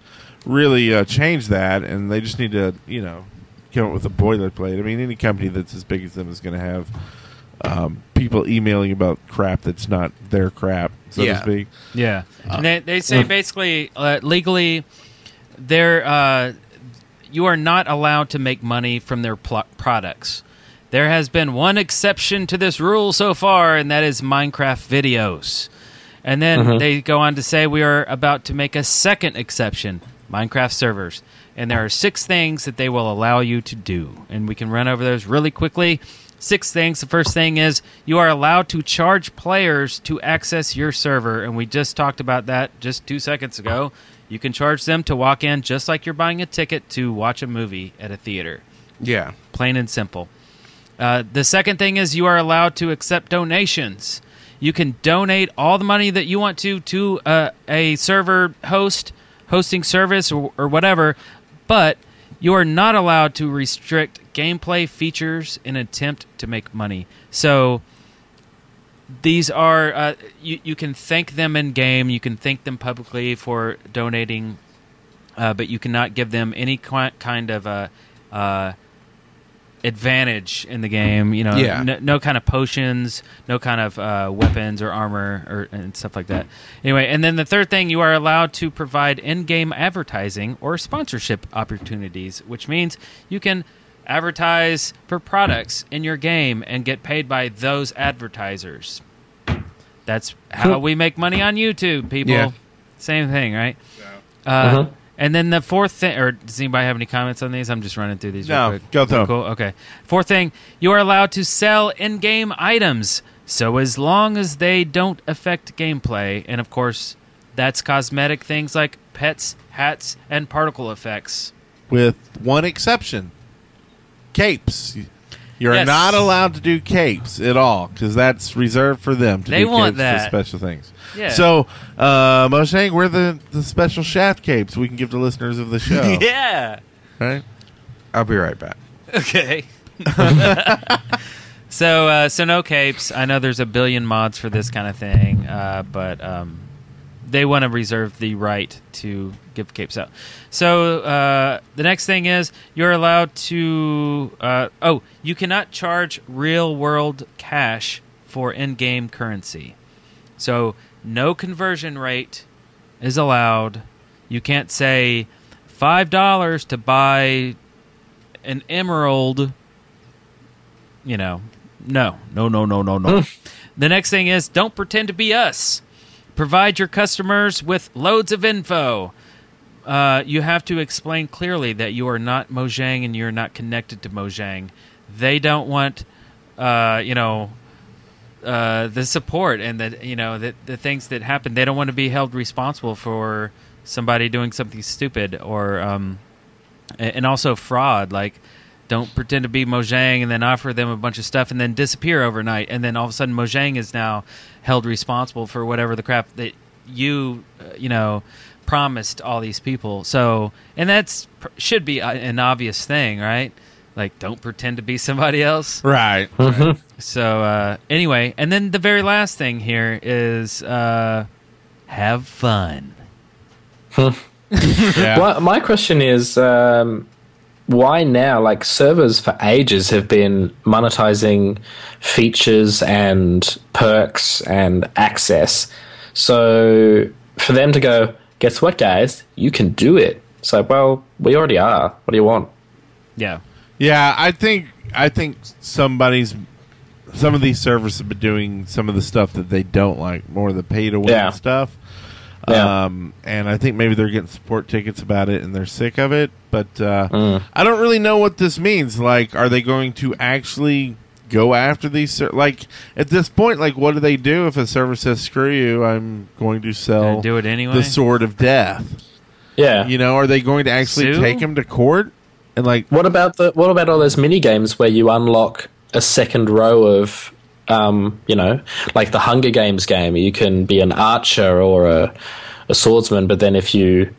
really uh, change that, and they just need to you know come up with a boilerplate. I mean, any company that's as big as them is going to have um, people emailing about crap that's not their crap, so Yeah. to speak. Yeah, and they, they say basically uh, legally, they're uh, you are not allowed to make money from their pl- products. There has been one exception to this rule so far, and that is Minecraft videos. And then they go on to say we are about to make a second exception, Minecraft servers. And there are six things that they will allow you to do. And we can run over those really quickly. Six things. The first thing is you are allowed to charge players to access your server. And we just talked about that just two seconds ago. You can charge them to walk in just like you're buying a ticket to watch a movie at a theater Yeah. plain and simple. Uh, the second thing is you are allowed to accept donations. You can donate all the money that you want to to uh, a server host, hosting service, or, or whatever, but you are not allowed to restrict gameplay features in attempt to make money. So these are uh, you, you can thank them in game, you can thank them publicly for donating, uh, but you cannot give them any qui- kind of uh, uh, advantage in the game. You know, Yeah. no, no kind of potions, no kind of uh, weapons or armor or and stuff like that. Anyway, and then the third thing, you are allowed to provide in-game advertising or sponsorship opportunities, which means you can advertise for products in your game and get paid by those advertisers. That's how we make money on YouTube, people. Yeah. Same thing, right? Uh, And then the fourth thing, or does anybody have any comments on these? I'm just running through these No, real quick. go through 'em. Cool. Okay. Fourth thing, you are allowed to sell in-game items, so as long as they don't affect gameplay, and of course, that's cosmetic things like pets, hats, and particle effects. With one exception, capes. You're Yes. not allowed to do capes at all because that's reserved for them. To They do capes for want that. special things. Yeah. So, uh, Moshe, we're the, the special shaft capes we can give to listeners of the show. Yeah. Right? I'll be right back. Okay. so uh, so no capes. I know there's a billion mods for this kind of thing, uh, but um, they want to reserve the right to give capes out. So uh, the next thing is you're allowed to. Uh, oh, you cannot charge real world cash for in-game currency. So no conversion rate is allowed. You can't say five dollars to buy an emerald, you know, no, no, no, no, no, no. the next thing is don't pretend to be us. Provide your customers with loads of info. Uh, you have to explain clearly that you are not Mojang and you're not connected to Mojang. They don't want, uh, you know, uh, the support and the you know the, the things that happen. They don't want to be held responsible for somebody doing something stupid or um, a- and also fraud like don't pretend to be Mojang and then offer them a bunch of stuff and then disappear overnight and then all of a sudden Mojang is now held responsible for whatever the crap that you uh, you know promised all these people so and that's pr- should be uh, an obvious thing right like don't pretend to be somebody else Right. so uh, anyway, and then the very last thing here is uh, have fun. Why- my question is, um, why now? Like servers for ages have been monetizing features and perks and access. So for them to go, guess what, guys? You can do it. It's like, well, we already are. What do you want? Yeah, Yeah, I think I think somebody's some of these servers have been doing some of the stuff that they don't like, more of the pay to win Yeah. stuff. Yeah. Um, and I think maybe they're getting support tickets about it and they're sick of it. But uh, I don't really know what this means. Like, are they going to actually go after these? Ser- like, at this point, like, what do they do if a server says, screw you, I'm going to sell Gonna do it anyway? the sword of death? Yeah. You know, are they going to actually Sue? take him to court? And, like, What about the what about all those mini games where you unlock a second row of um, you know, like the Hunger Games game, you can be an archer or a, a swordsman, but then if you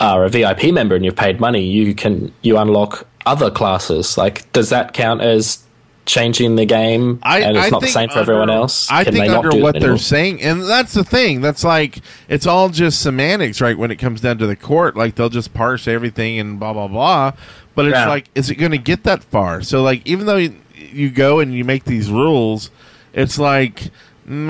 are a VIP member and you've paid money, you can you unlock other classes. Like, does that count as changing the game I, and it's I not the think same for under- everyone else? I Can think they not under do that what they're anymore? saying, and that's the thing. That's like it's all just semantics, right? When it comes down to the court, like they'll just parse everything and blah blah blah. But it's Yeah. like, is it going to get that far? So like, even though you, you go and you make these rules, it's like, mm,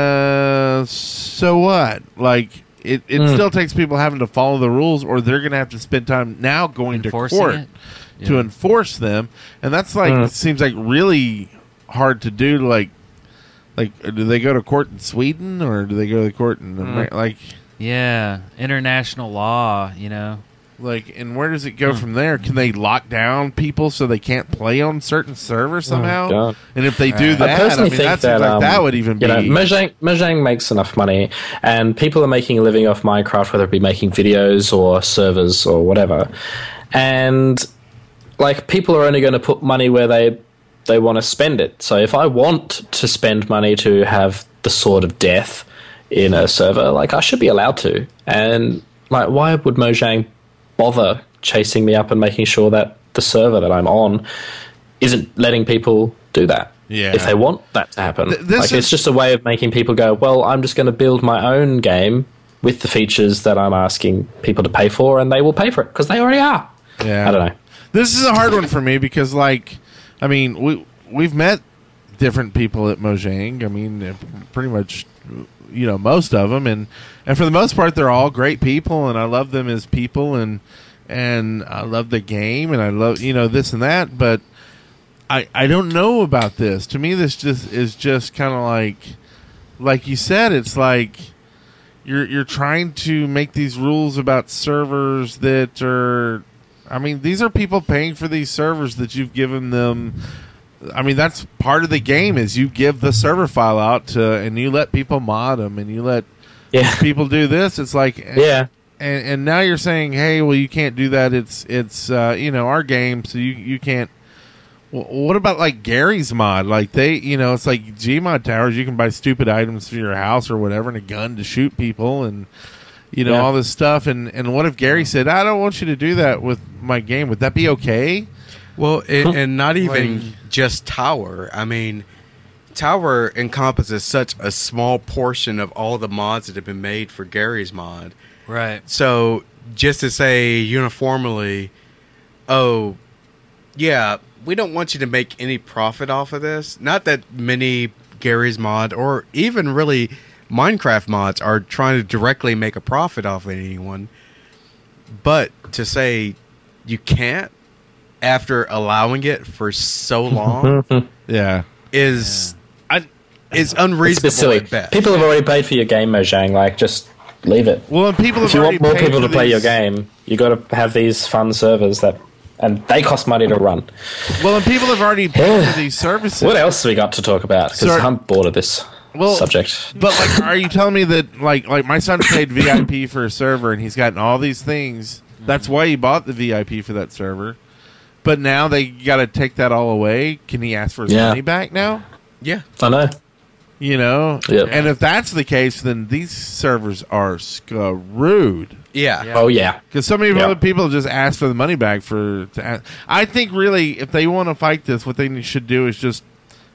uh, so what? Like it, it Hmm. Mm. still takes people having to follow the rules, or they're going to have to spend time now going Enforcing to court it? to enforce them, and that's like Mm. it seems like really hard to do. Like, like uh, do they go to court in Sweden or do they go to court in Uh-huh. Amer- like? Yeah, international law. You know, Like, and where does it Uh-huh. go from there? Can they lock down people so they can't play on certain servers somehow? Oh God. and if they do that, I, personally mean, think that, seems that, like um, that would even be. You know, Mojang, Mojang makes enough money, and people are making a living off Minecraft, whether it be making videos or servers or whatever. And like, people are only going to put money where they they want to spend it. So if I want to spend money to have the sword of death in a server, like I should be allowed to. And like, why would Mojang bother chasing me up and making sure that the server that I'm on isn't letting people do that? Yeah. If they want that to happen. Th- this like is- it's just a way of making people go, well, I'm just going to build my own game with the features that I'm asking people to pay for, and they will pay for it because they already are. yeah. I don't know. This is a hard one for me because, like, I mean, we we've met different people at Mojang. I mean, eh, pretty much, you know, most of them, and and for the most part, they're all great people, and I love them as people, and and I love the game, and I love you know this and that, but I I don't know about this. To me, this just is just kind of like, like you said, it's like you're you're trying to make these rules about servers that are I mean, these are people paying for these servers that you've given them. I mean, that's part of the game is you give the server file out to and you let people mod them and you let Yeah. people do this. It's like Yeah. and, and now you're saying, hey, well, you can't do that. It's it's uh, you know our game, so you you can't. Well, what about like Gary's mod? Like they, you know, it's like Gmod towers. You can buy stupid items for your house or whatever, and a gun to shoot people, and you know Yeah. all this stuff. And and what if Gary said, I don't want you to do that with my game? Would that be okay? Well, and, and not even Like- just Tower. I mean, Tower encompasses such a small portion of all the mods that have been made for Gary's mod. right? So just to say uniformly, oh, yeah, we don't want you to make any profit off of this. Not that many Gary's mod or even really Minecraft mods are trying to directly make a profit off of anyone. But to say you can't after allowing it for so long Yeah, is is unreasonable It's silly. at best. People have already paid for your game, Mojang. Like, just leave it. Well, and people have if you already want more paid people for to play your these- game, you got to have these fun servers that, and they cost money to run. Well, and people have already paid for these services. What else have we got to talk about? Because Sorry. I'm bored of this Well, subject. But like, are you telling me that like like my son paid VIP for a server and he's gotten all these things? Mm-hmm. That's why he bought the VIP for that server. But now they got to take that all away. Can he ask for his Yeah. money back now? yeah. I know. You know, Yep. and if that's the case, then these servers are screwed. Yeah. Oh yeah. Because so many Yeah. other people just ask for the money back for. To ask. I think really, if they want to fight this, what they should do is just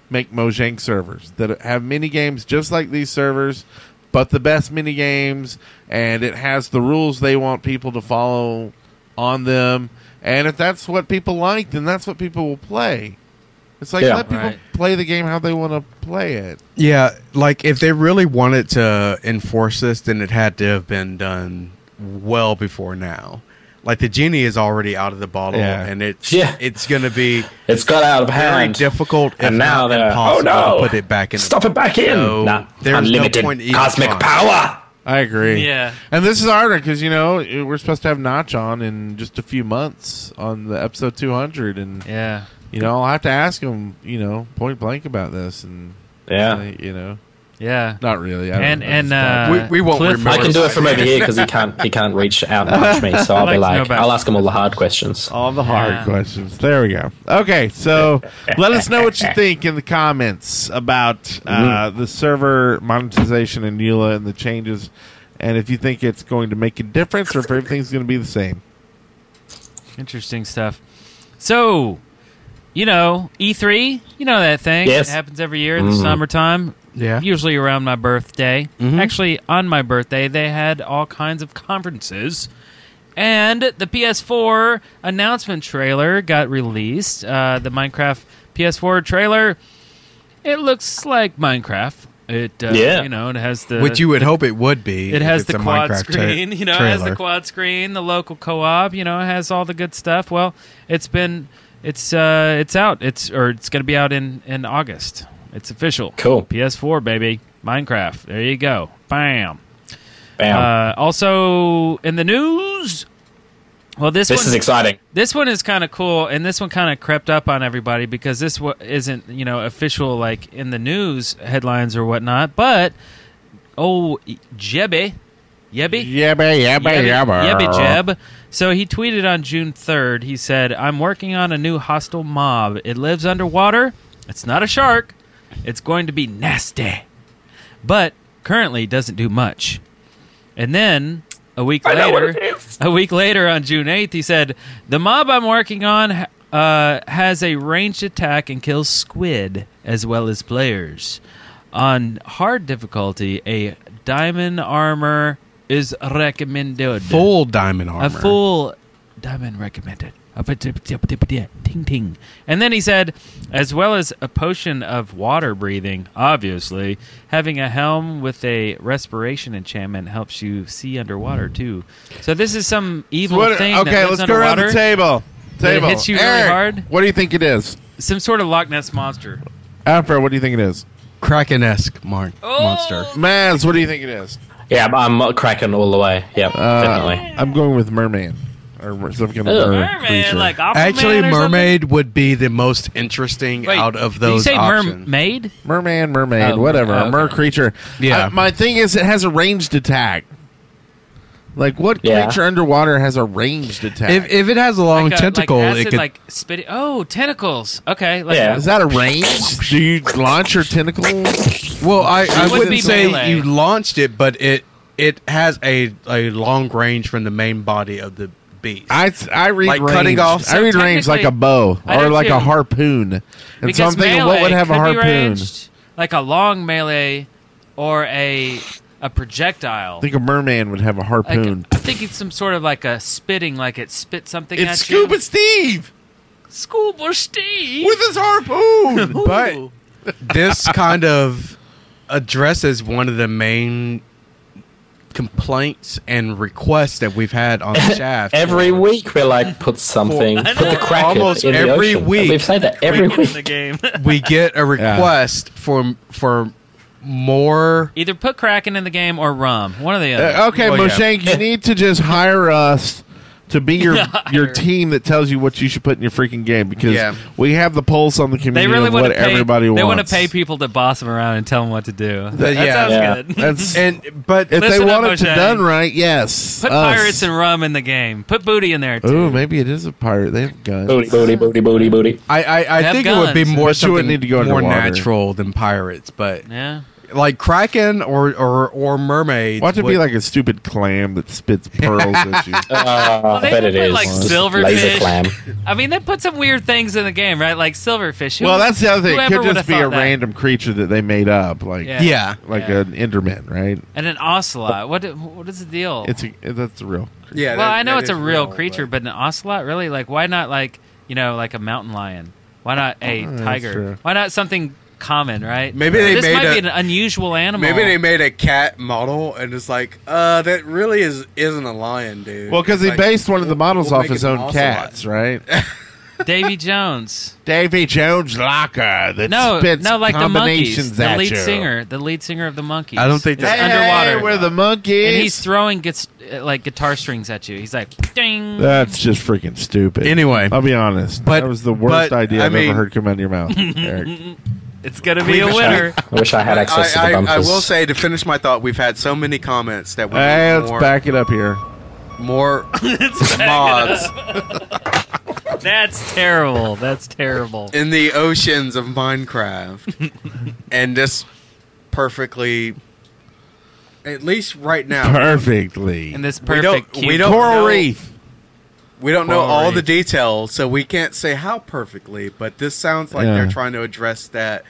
make Mojang servers that have mini games just like these servers, but the best mini games, and it has the rules they want people to follow on them. And if that's what people like, then that's what people will play. It's like Yeah. let people Right. play the game how they want to play it. Yeah, like if they really wanted to enforce this, then it had to have been done well before now. Like the genie is already out of the bottle, Yeah. and it's Yeah. it's going to be It's got out of very hand. difficult if and not now they're impossible oh no, to put it back in. the- Stop it back in. So, nah, there's no unlimited point even cosmic trying. power. I agree. Yeah. And this is harder because you know it- we're supposed to have Notch on in just a few months on the episode 200, and Yeah. you know I'll have to ask him, you know, point blank about this, and uh, Yeah. you know, Yeah. not really. I don't And know, and just uh, thought- We- we won't Cliff remember. I can do it likes- from over here because he can't. He can't reach out and touch me. So I'll be I'd like to know like, about I'll ask him all the hard questions. all the hard Yeah. questions. There we go. Okay, so let us know what you think in the comments about uh, Mm-hmm. the server monetization in Eula and the changes, and if you think it's going to make a difference or if everything's going to be the same. Interesting stuff. So, you know, E3, you know that thing. Yes. Mm-hmm. It happens every year in the summertime. Yeah. Usually around my birthday. Actually, on my birthday, they had all kinds of conferences. And the PS4 announcement trailer got released. Uh, the Minecraft PS4 trailer, it looks like Minecraft. It uh, Yeah. you know, it has the Which you would hope it would be. it if has it's the a quad Minecraft tra- screen, you know, it has the trailer. quad screen, the local co-op, you know, it has all the good stuff. Well, it's been it's uh it's out. It's or it's going to be out in in August. It's official. Cool. PS4 baby. Minecraft. There you go. Bam. Bam. Uh, also in the news. Well, this, this one, is exciting. this one is kind of cool, and this one kind of crept up on everybody because this wa isn't you know official like in the news headlines or whatnot. But oh, Jebby, Yebby, Yabba, yabba, Yebby yabba. Jeb. So he tweeted on June 3rd. He said, I'm working on a new hostile mob. It lives underwater. It's not a shark. It's going to be nasty. But currently doesn't do much. And then a week later, a week later on June 8th, he said, The mob I'm working on ha- uh, has a ranged attack and kills squid as well as players on hard difficulty, a diamond armor is recommended. Full diamond armor. a full diamond recommended. Up a tip, tip, tip, tip, Ting ting. And then he said, as well as a potion of water breathing, obviously, having a helm with a respiration enchantment helps you see underwater too. So this is some evil What- thing. that okay, lives let's go around underwater, the table. that it Table. hits you really Eric, hard. What do you think it is? Some sort of Loch Ness monster. Afro, what do you think it is? Kraken esque mar- Oh, monster. Maz, what do you think it is? Yeah, I'm, I'm cracking all the way. Yeah, Uh, definitely. I'm going with merman or mer- some kind of Ew. mer- Merman, creature. like Aquaman Uh, Actually, or something? mermaid would be the most interesting Wait, out of did those. you say options. mermaid? merman, mermaid, Oh, whatever, okay. a mer creature. Yeah. I- my thing is, it has a ranged attack. Like what Yeah. creature underwater has a ranged attack? If, if it has a long Like a- tentacle, like acid, Oh, it could. like spit. Oh, tentacles. Okay, like Yeah. is that a range? Do you launch your tentacle? well, I, I would wouldn't be say melee. you launched it, but it it has a, a long range from the main body of the beast. I I read Like range. cutting off- I read So range like a technically- bow I or do like too. a harpoon. And because so I'm thinking, what melee would have a could be harpoon? ranged, like a long melee or a a projectile. I think a merman would have a Like, harpoon. I think it's some sort of like a spitting, like it spit something at it's you. Scuba Steve Scuba Steve. with his harpoon. but this kind of addresses one of the main complaints and requests that we've had on the shaft Every for- week we're like, put something, I put know. the kraken Almost in the every ocean. week. We've said that every in the week. game. we get a request for for more Either put Kraken in the game or rum. One or the other. Uh, okay, Well, yeah. Moshank, you need to just hire us to be your your team that tells you what you should put in your freaking game because Yeah. we have the pulse on the community they really of want what to pay. everybody they want wants. to pay people to boss them around and tell them what to do. that yeah. sounds Yeah. good. That's, if and but they Listen up, want it to Moshank. done right, yes. Put us. pirates and rum in the game. Put booty in there too. Ooh, maybe it is a pirate. They have guns. Booty, booty, booty, booty, booty. I I, They I have think it would be guns. more But you something wouldn't need to go more underwater. natural than pirates, but Yeah. like kraken or or or mermaids. Watch it be would- like a stupid clam that spits pearls at you. Oh, I they bet it put, is. like, Just silverfish. Laser clam. I mean, they put some weird things in the game, right? Like silverfish. Who- well, that's the other thing. It whoever could would've just be thought a that? random creature that they made up, like Yeah. yeah. like Yeah. an Enderman, right? And an ocelot. What? What is the deal? It's a, that's a real. Creature. Yeah, well, that- I know that it's a is real, but- creature, but, an ocelot, really? Like, why not like you know, like a mountain lion? Why not a that's tiger? true. Why not something common, right? Maybe they this made might a- be an unusual animal. Maybe they made a cat model and it's like, uh, that really is isn't a lion, dude. Well, because It's he like, based one of the we'll- models we'll off make his it an own ocelot. cats, right? Davy Jones. Davy Jones Locker that No, spits no, like the monkeys. combinations The at lead you. singer, the lead singer of the monkeys. I don't think It's Hey, that's- underwater. we're the monkeys. and he's throwing gets like guitar strings at you. He's like, ding. That's just freaking stupid. Anyway. I'll be honest. But- that was the worst but, idea I I've mean- ever heard come out of your mouth, Eric. it's gonna be a wish I- winner. I wish I had access I, to the I, I bumpers. will say to finish my thought, we've had so many comments that we hey, need let's more, back it up here. more mobs That's terrible. That's terrible. in the oceans of Minecraft, and this perfectly, at least right now, Perfectly. And this We don't- perfect cute we don't Coral know- reef. We don't know all Sorry. the details, so we can't say how perfectly. But this sounds like Yeah. they're trying to address that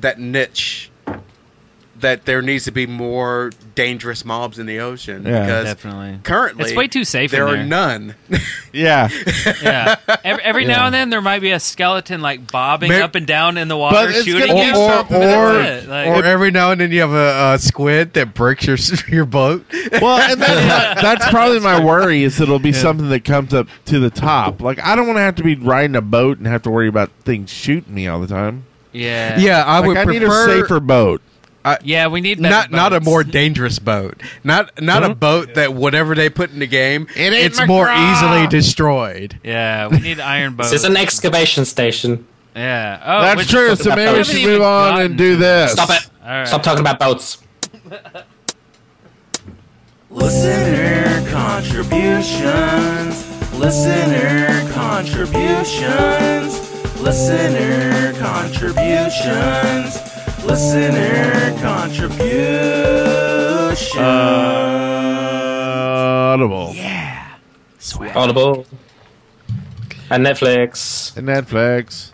that niche that there needs to be more dangerous mobs in the ocean Yeah. because Definitely. currently It's way too safe in There are there. none. Yeah, Yeah. Every, every now and then there might be a skeleton like bobbing May- up and down in the But water it's shooting gonna be you. but something that's it. Like, or every now and then you have a, a squid that breaks your s- your boat. well, and that's, that's probably my worry is it'll be something that comes up to the top. Like I don't want to have to be riding a boat and have to worry about things shooting me all the time. yeah. Yeah, I Like, would I, need a prefer safer boat. Yeah, we need better not not a boats. more dangerous boat. not not a boat that whatever they put in the game, It ain't It's my more craw. easily destroyed. Yeah, we need iron uh, boats. This is an excavation station. yeah. Oh, That's which- true. So maybe we haven't should even move on gotten and do this. Stop it. All right. Stop talking about boats. Listener contributions. Listener contributions. Listener contributions. Listener contributions. Audible Audible. And Netflix. and Netflix.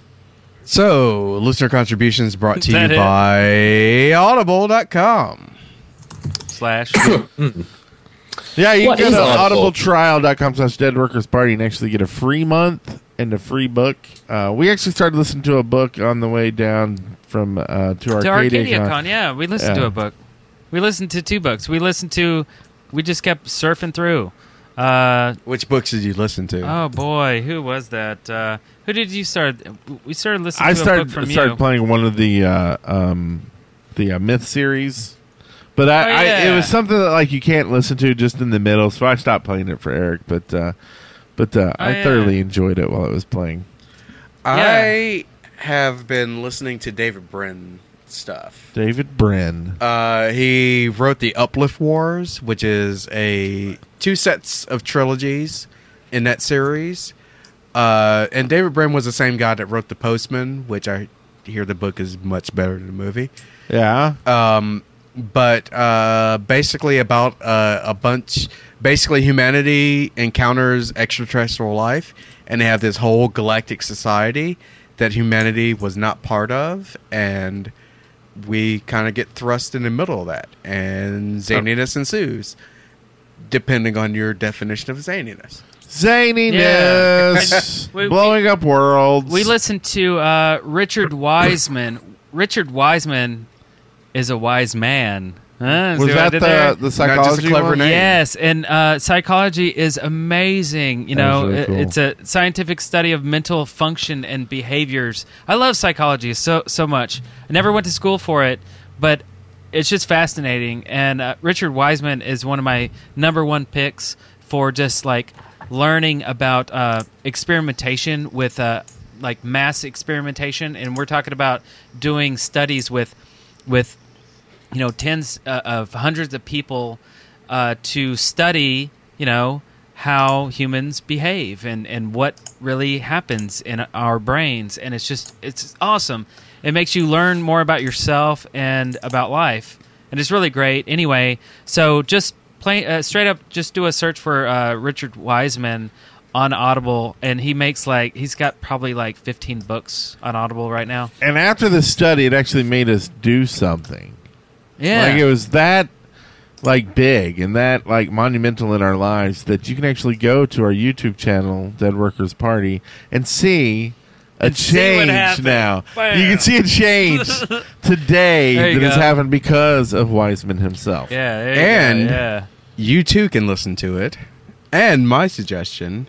So, listener contributions brought to you That it? by audible.com. Slash. Yeah, you What can is go to Audible? audibletrial.com slash dead workers party and actually get a free month and a free book. Uh, we actually started listening to a book on the way down from uh, to to Arcadia. Arcadia Con. Yeah, we listened Yeah. to a book. We listened to two books. We listened to. We just kept surfing through. Uh, which books did you listen to? oh boy, who was that? Uh, who did you start? We started listening. I to a started book from started you. playing one of the uh, um, the uh, myth series, but I, Oh, I it yeah. was something that like you can't listen to just in the middle, so I stopped playing it for Eric. But uh, but uh, Oh, I yeah. thoroughly enjoyed it while it was playing. I have been listening to David Brin stuff. David Brin. Uh, he wrote The Uplift Wars, which is a two sets of trilogies in that series. Uh, and David Brin was the same guy that wrote The Postman, which I hear the book is much better than the movie. Yeah. um, but uh, basically about uh, a bunch basically humanity encounters extraterrestrial life and they have this whole galactic society that humanity was not part of and we kind of get thrust in the middle of that and zaniness ensues depending on your definition of zaniness zaniness, We- blowing up worlds. We listened to uh, Richard Wiseman. Richard Wiseman is a wise man. Huh? See Was what I that did there? the, the psychology clever one? name. Yes, and uh, psychology is amazing. You That was know, really it- cool. it's a scientific study of mental function and behaviors. I love psychology so so much. I never went to school for it, but it's just fascinating. And uh, Richard Wiseman is one of my number one picks for just like learning about uh, experimentation with uh, like mass experimentation, and we're talking about doing studies with with you know tens uh, of hundreds of people uh, to study you know how humans behave and and what really happens in our brains and it's just it's awesome it makes you learn more about yourself and about life and it's really great anyway so just play uh, straight up just do a search for uh, richard wiseman on audible and he makes like he's got probably like 15 books on audible right now And after the study, it actually made us do something. yeah Like it was that like big and that like monumental in our lives that you can actually go to our YouTube channel, Dead Workers Party, and see a And see what change happened. now. Bam. You can see a change today There that you has go. happened because of Wiseman himself. yeah there you go, And- yeah you too can listen to it and my suggestion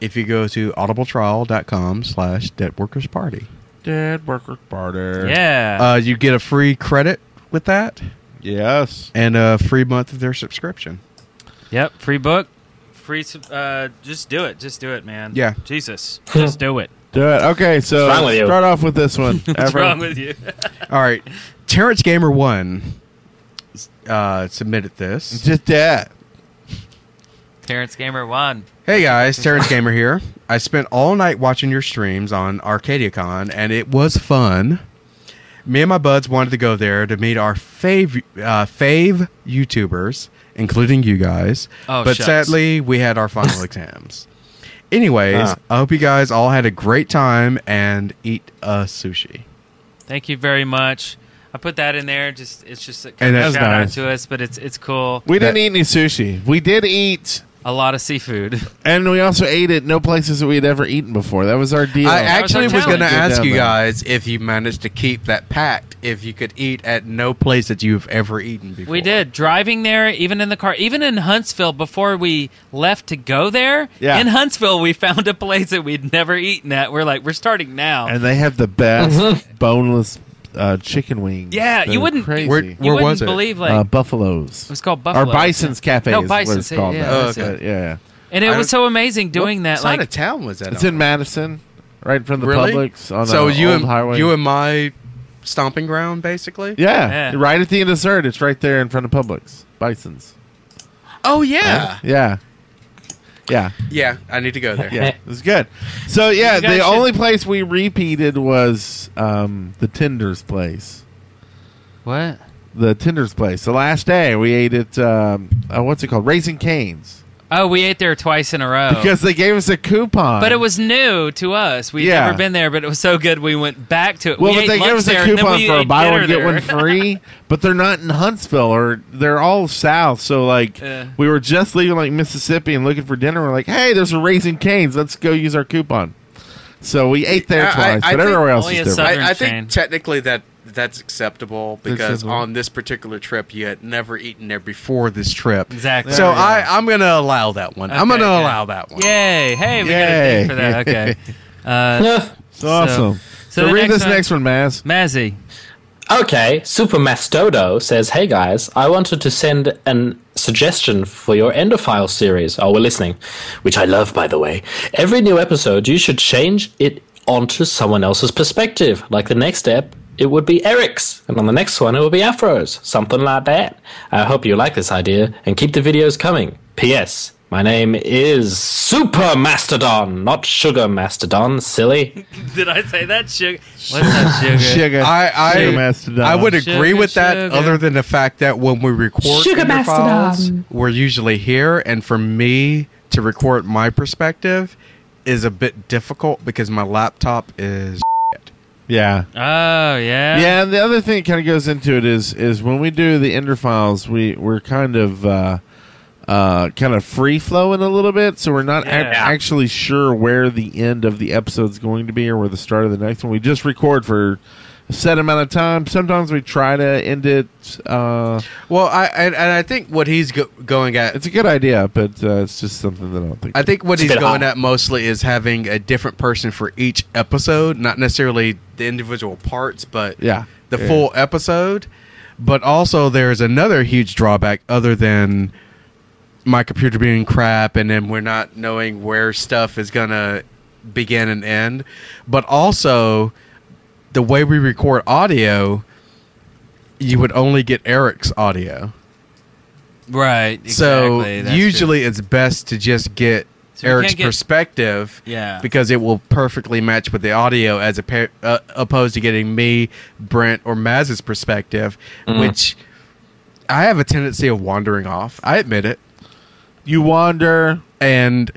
if you go to audibletrial.com slash dead workers party Dead Workers Party. yeah Uh, you get a free credit with that Yes. and a free month of their subscription. Yep, free book, free. sub- Uh, just do it. Just do it, man. Yeah. Jesus, just do it. Do it. Okay, so What's wrong with you? start off with this one. What's wrong with you? All right. Terrence Gamer 1 uh, submitted this. Just that. Terrence Gamer One. Hey guys, Terrence Gamer here. I spent all night watching your streams on ArcadiaCon and it was fun. Me and my buds wanted to go there to meet our fave, uh, fave YouTubers, including you guys. Oh, but shucks. sadly, we had our final exams. Anyways, Ah. I hope you guys all had a great time and eat a sushi. Thank you very much. I put that in there. Just it's just a And kind of that's shout nice. out to us, but it's it's cool. We That- didn't eat any sushi. We did eat, a lot of seafood. and we also ate at no places that we had ever eaten before. That was our deal. I that was our actually was going challenge. to Good ask job, you man. guys if you managed to keep that pact, if you could eat at no place that you've ever eaten before. We did driving there, even in the car, even in Huntsville. Before we left to go there, Yeah. in Huntsville, we found a place that we'd never eaten at. We're like, we're starting now. and they have the best boneless uh, chicken wings. Yeah, you They're wouldn't- crazy. Where- you wouldn't was it? believe like uh, it buffaloes. was called Buffalo Or Bison's Cafe. No, is what Bison's, it's called yeah, now. that's But, yeah, yeah. and it I was so amazing doing What that. side Like of town was that? It's on? in Madison, right from the Really? Publix on so the you old and highway. you and my stomping ground, basically. yeah, Yeah. right at the end of third. It's right there in front of Publix. Bison's. Oh yeah, Yeah. Yeah, yeah. I need to go there. yeah, it's good. So yeah, guys the should- only place we repeated was um, the Tinder's place. what? The Tinder's place. The last day we ate at um, uh, what's it called? Raising Canes Oh, we ate there twice in a row. because they gave us a coupon. Oh. but it was new to us. We'd Yeah. never been there, but it was so good we went back to it. Well, we but ate they lunch give us there, a and then coupon we for a ate buy dinner one get there. one free, but they're not in Huntsville or they're all south. So like Yeah. we were just leaving like Mississippi and looking for dinner. We're like, hey, there's a Raising Canes. Let's go use our coupon. So we ate there I- I- twice, I but think everywhere else only is in different. Southern I, I think chain. technically that that's acceptable because Acceptable. on this particular trip you had never eaten there before this trip. Exactly. So Yeah. I I'm gonna allow that one. I'm Okay, gonna yeah. allow that one. Yay! Hey, we Yay. got a thing for that. Okay. Uh, It's awesome. So, so the read next this one- next one, Maz. Mazzy, Okay, Super Mastodo says, "Hey guys, I wanted to send an suggestion for your Endophile series. Oh, we're listening, which I love, by the way. Every new episode, you should change it onto someone else's perspective. Like the next step, it would be Eric's, and on the next one, it would be Afro's, something like that. I hope you like this idea and keep the videos coming. P.S." My name is Super Mastodon, not Sugar Mastodon, silly. did I say that? Sugar. What's that sugar? Sugar. Sugar I I, Mastodon. I would Sugar, agree with that, sugar. other than the fact that when we record Sugar in your files, we're usually here, and for me to record my perspective is a bit difficult because my laptop is. Yeah. Oh yeah. Yeah, and the other thing that kind of goes into it is is when we do the ender files, we we're kind of uh, uh, kind of free flowing a little bit, so we're not ac Yeah. actually sure where the end of the episode's going to be or where the start of the next one. We just record for a set amount of time. Sometimes we try to end it. Uh, Well, I and, and I think what he's go- going at it's a good idea, but uh, it's just something that I don't think. I think what It's a he's bit going hot. at mostly is having a different person for each episode, not necessarily the individual parts, but Yeah. the Yeah. full episode. But also, there's another huge drawback other than my computer being crap and then we're not knowing where stuff is going to begin and end. But also, the way we record audio, you would only get Eric's audio. Right. Exactly. So that's usually it's best to just get So we Eric's can't get- perspective, Yeah. because it will perfectly match with the audio as a pair, uh, opposed to getting me, Brent, or Maz's perspective, Mm-hmm. which I have a tendency of wandering off. I admit it, you wander. and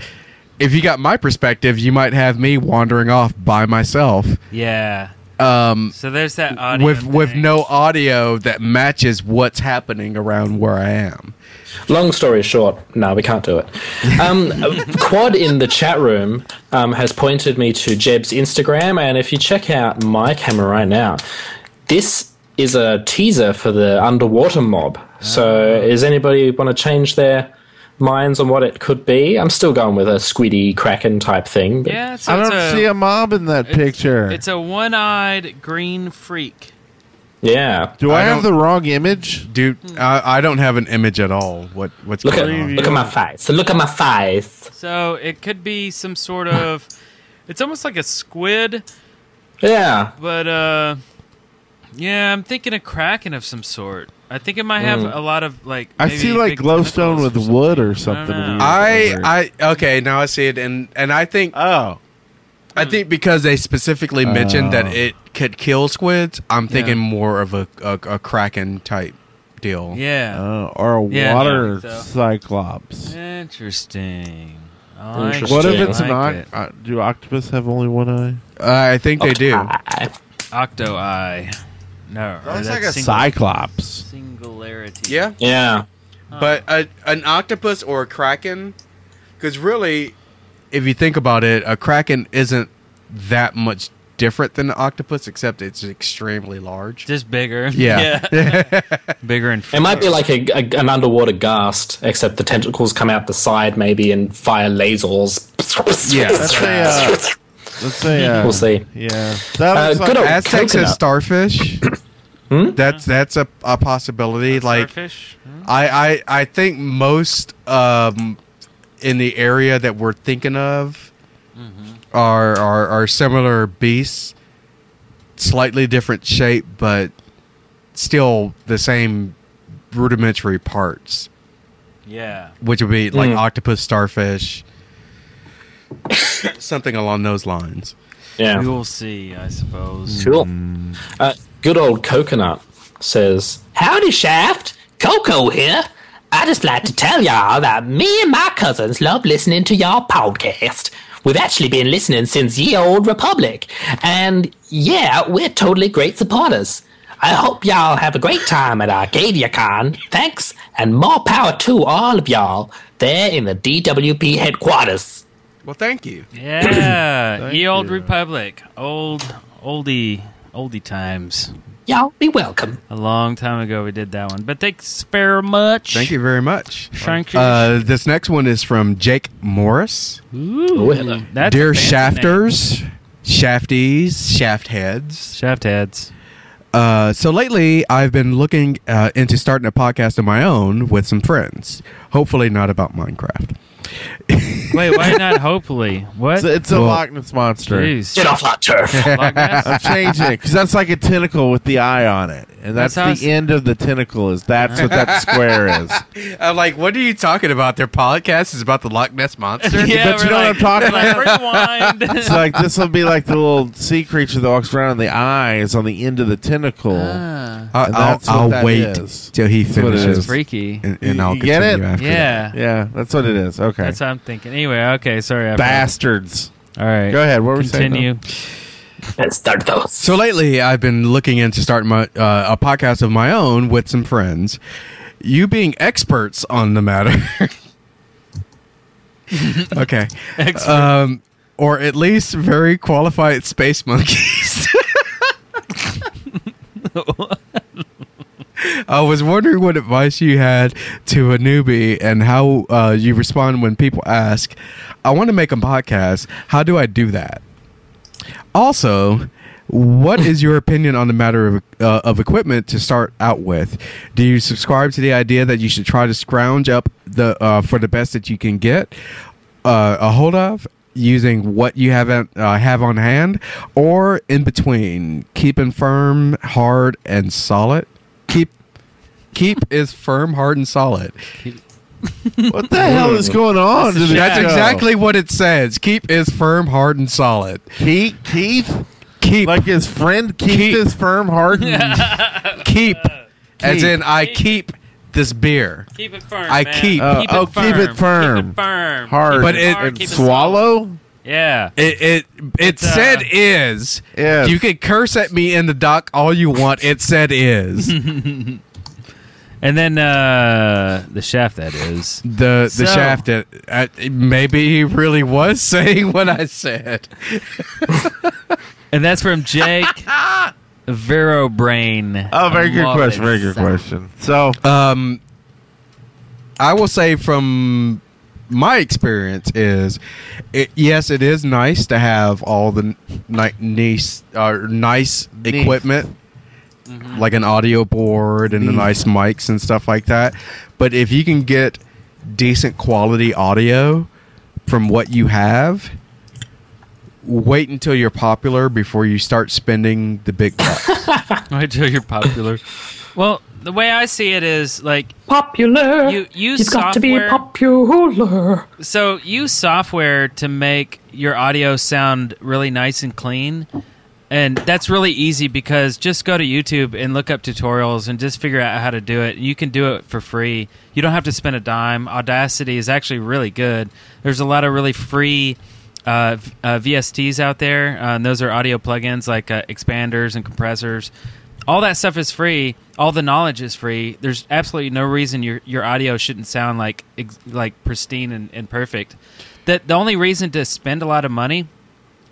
if you got my perspective, you might have me wandering off by myself. true. Yeah. Um, So there's that audio with with thing. no audio that matches what's happening around where I am. Long story short, no, we can't do it. Um, Quad in the chat room um, has pointed me to Jeb's Instagram, and if you check out my camera right now, this is a teaser for the underwater mob. So, is anybody want to change their minds on what it could be? I'm still going with a squiddy kraken type thing. But Yeah. So I don't it's a, see a mob in that picture. It's a one-eyed green freak. yeah. do I, I have the don't- wrong image? Dude, I, I don't have an image at all. What what's Look at going on? look at my face. Look at my face. So it could be some sort of. It's almost like a squid, Yeah. but uh, yeah, I'm thinking a kraken of some sort. I think it might have Mm. a lot of like. I maybe see like big glowstone tentacles with or something. wood or don't something. know. weird over it. I I okay now I see it and and I think oh. I think because they specifically mentioned that it could kill squids, I'm thinking more of a, a a kraken type deal. Yeah. Uh, or a Yeah, water I think so. cyclops. Interesting. I like it. Interesting. What if it's I an oc- like uh, do octopus have only one eye? Uh, I think they do. it. octo eye? No, or That's like a single- cyclops. Singularity. Yeah, Yeah. but a, an octopus or a kraken, because really, if you think about it, a kraken isn't that much different than an octopus, except it's extremely large. Just bigger. Yeah, Bigger and It might be like a, a, an underwater ghast, except the tentacles come out the side maybe and fire lasers. Yeah, Let's say, uh, let's say, uh, We'll see. Yeah, that Uh, looks good like, old- Aztecs and Coconut. starfish. That's that's a, a possibility. like starfish. Hmm? I, I I think most um, in the area that we're thinking of are, are are similar beasts, slightly different shape, but still the same rudimentary parts, Yeah. which would be like Mm. octopus, starfish, something along those lines. Yeah. We will see, I suppose. Cool. Uh, good old Coconut says, Howdy, Shaft. Coco here. I just like to tell y'all that me and my cousins love listening to y'all podcast. We've actually been listening since ye old Republic. And yeah, we're totally great supporters. I hope y'all have a great time at ArcadiaCon. Thanks, and more power to all of y'all there in the DWP headquarters. Well, thank you. Yeah. Ye old Mm. you. Republic. Old oldie oldie times. Y'all be welcome. A long time ago we did that one. But thanks very much. Thank you very much. Thank you. Uh, this next one is from Jake Morris. Ooh, that's a Dear fancy shafters, shafties, shaft heads. name. Shaft heads. Uh, so lately, I've been looking uh, into starting a podcast of my own with some friends. Hopefully, not about Minecraft. Wait, why not hopefully? What? it's, a- it's a Well- Loch Ness monster. Jeez. Get off that turf. Loch Ness? I'm changing it because that's like a tentacle with the eye on it, and that's, That's how the end of the tentacle. Is that's what that square is? I'm like, what are you talking about? Their podcast is about the Loch Ness monster. yeah, But you we're know what like- I'm talking we're like, rewind. It's like this will be like the little sea creature that walks around, and the eye is on the end of the tentacle. Ah. I'll, And that's what I'll that wait is. till he what it finishes, is. freaky. and, You- and I'll you get continue it? After Yeah. Yeah, that's what it is. Okay, Ah. That's what I'm thinking. Anyway, okay, sorry. I bastards. forgot. All right. Go ahead. What were we saying? Continue. Let's start those. So lately, I've been looking into starting my, uh, a podcast of my own with some friends. You being experts on the matter. okay. Um, or at least very qualified space monkeys. I was wondering what advice you had to a newbie and how uh, you respond when people ask, I want to make a podcast. How do I do that? Also, what is your opinion on the matter of, uh, of equipment to start out with? Do you subscribe to the idea that you should try to scrounge up the uh, for the best that you can get uh, a hold of? Using what you have at, uh, have on hand, or in between, keeping firm, hard, and solid. Keep keep is firm, hard, and solid. What the hell is going on? to this That's show? exactly what it says. Keep is firm, hard, and solid. Keith. Keith, Keep like his friend Keith, Keith. is firm, hardened. keep, as Keep. in I keep this beer. Keep it firm. I man. keep- Uh, keep oh, it firm. keep it firm. Keep it firm. Hard. But Keep it- hard, and keep it solid. swallow. Yeah. It it it It's, uh, said is. Yes. You could curse at me in the dock all you want. It said is And then uh the shaft that is. the the So- shaft. It, uh, maybe he really was saying what I said. And that's from Jake Vero Brain. Oh, very good Love question. it. Uh, Very good question. So, Um, I will say from my experience is, it, yes, it is nice to have all the ni- nice uh, nice equipment, Mm-hmm. like an audio board and the nice mics and stuff like that. But if you can get decent quality audio from what you have. Wait until you're popular before you start spending the big bucks. Wait till you're popular. Well, the way I see it is like Popular. you use You've got to be software. popular. so use software to make your audio sound really nice and clean and that's really easy because just go to youtube and look up tutorials and just figure out how to do it you can do it for free you don't have to spend a dime audacity is actually really good there's a lot of really free uh, v- uh, vsts out there uh, and those are audio plugins like uh, expanders and compressors all that stuff is free. All the knowledge is free. There's absolutely no reason your your audio shouldn't sound like ex- like pristine and, and perfect. That the only reason to spend a lot of money,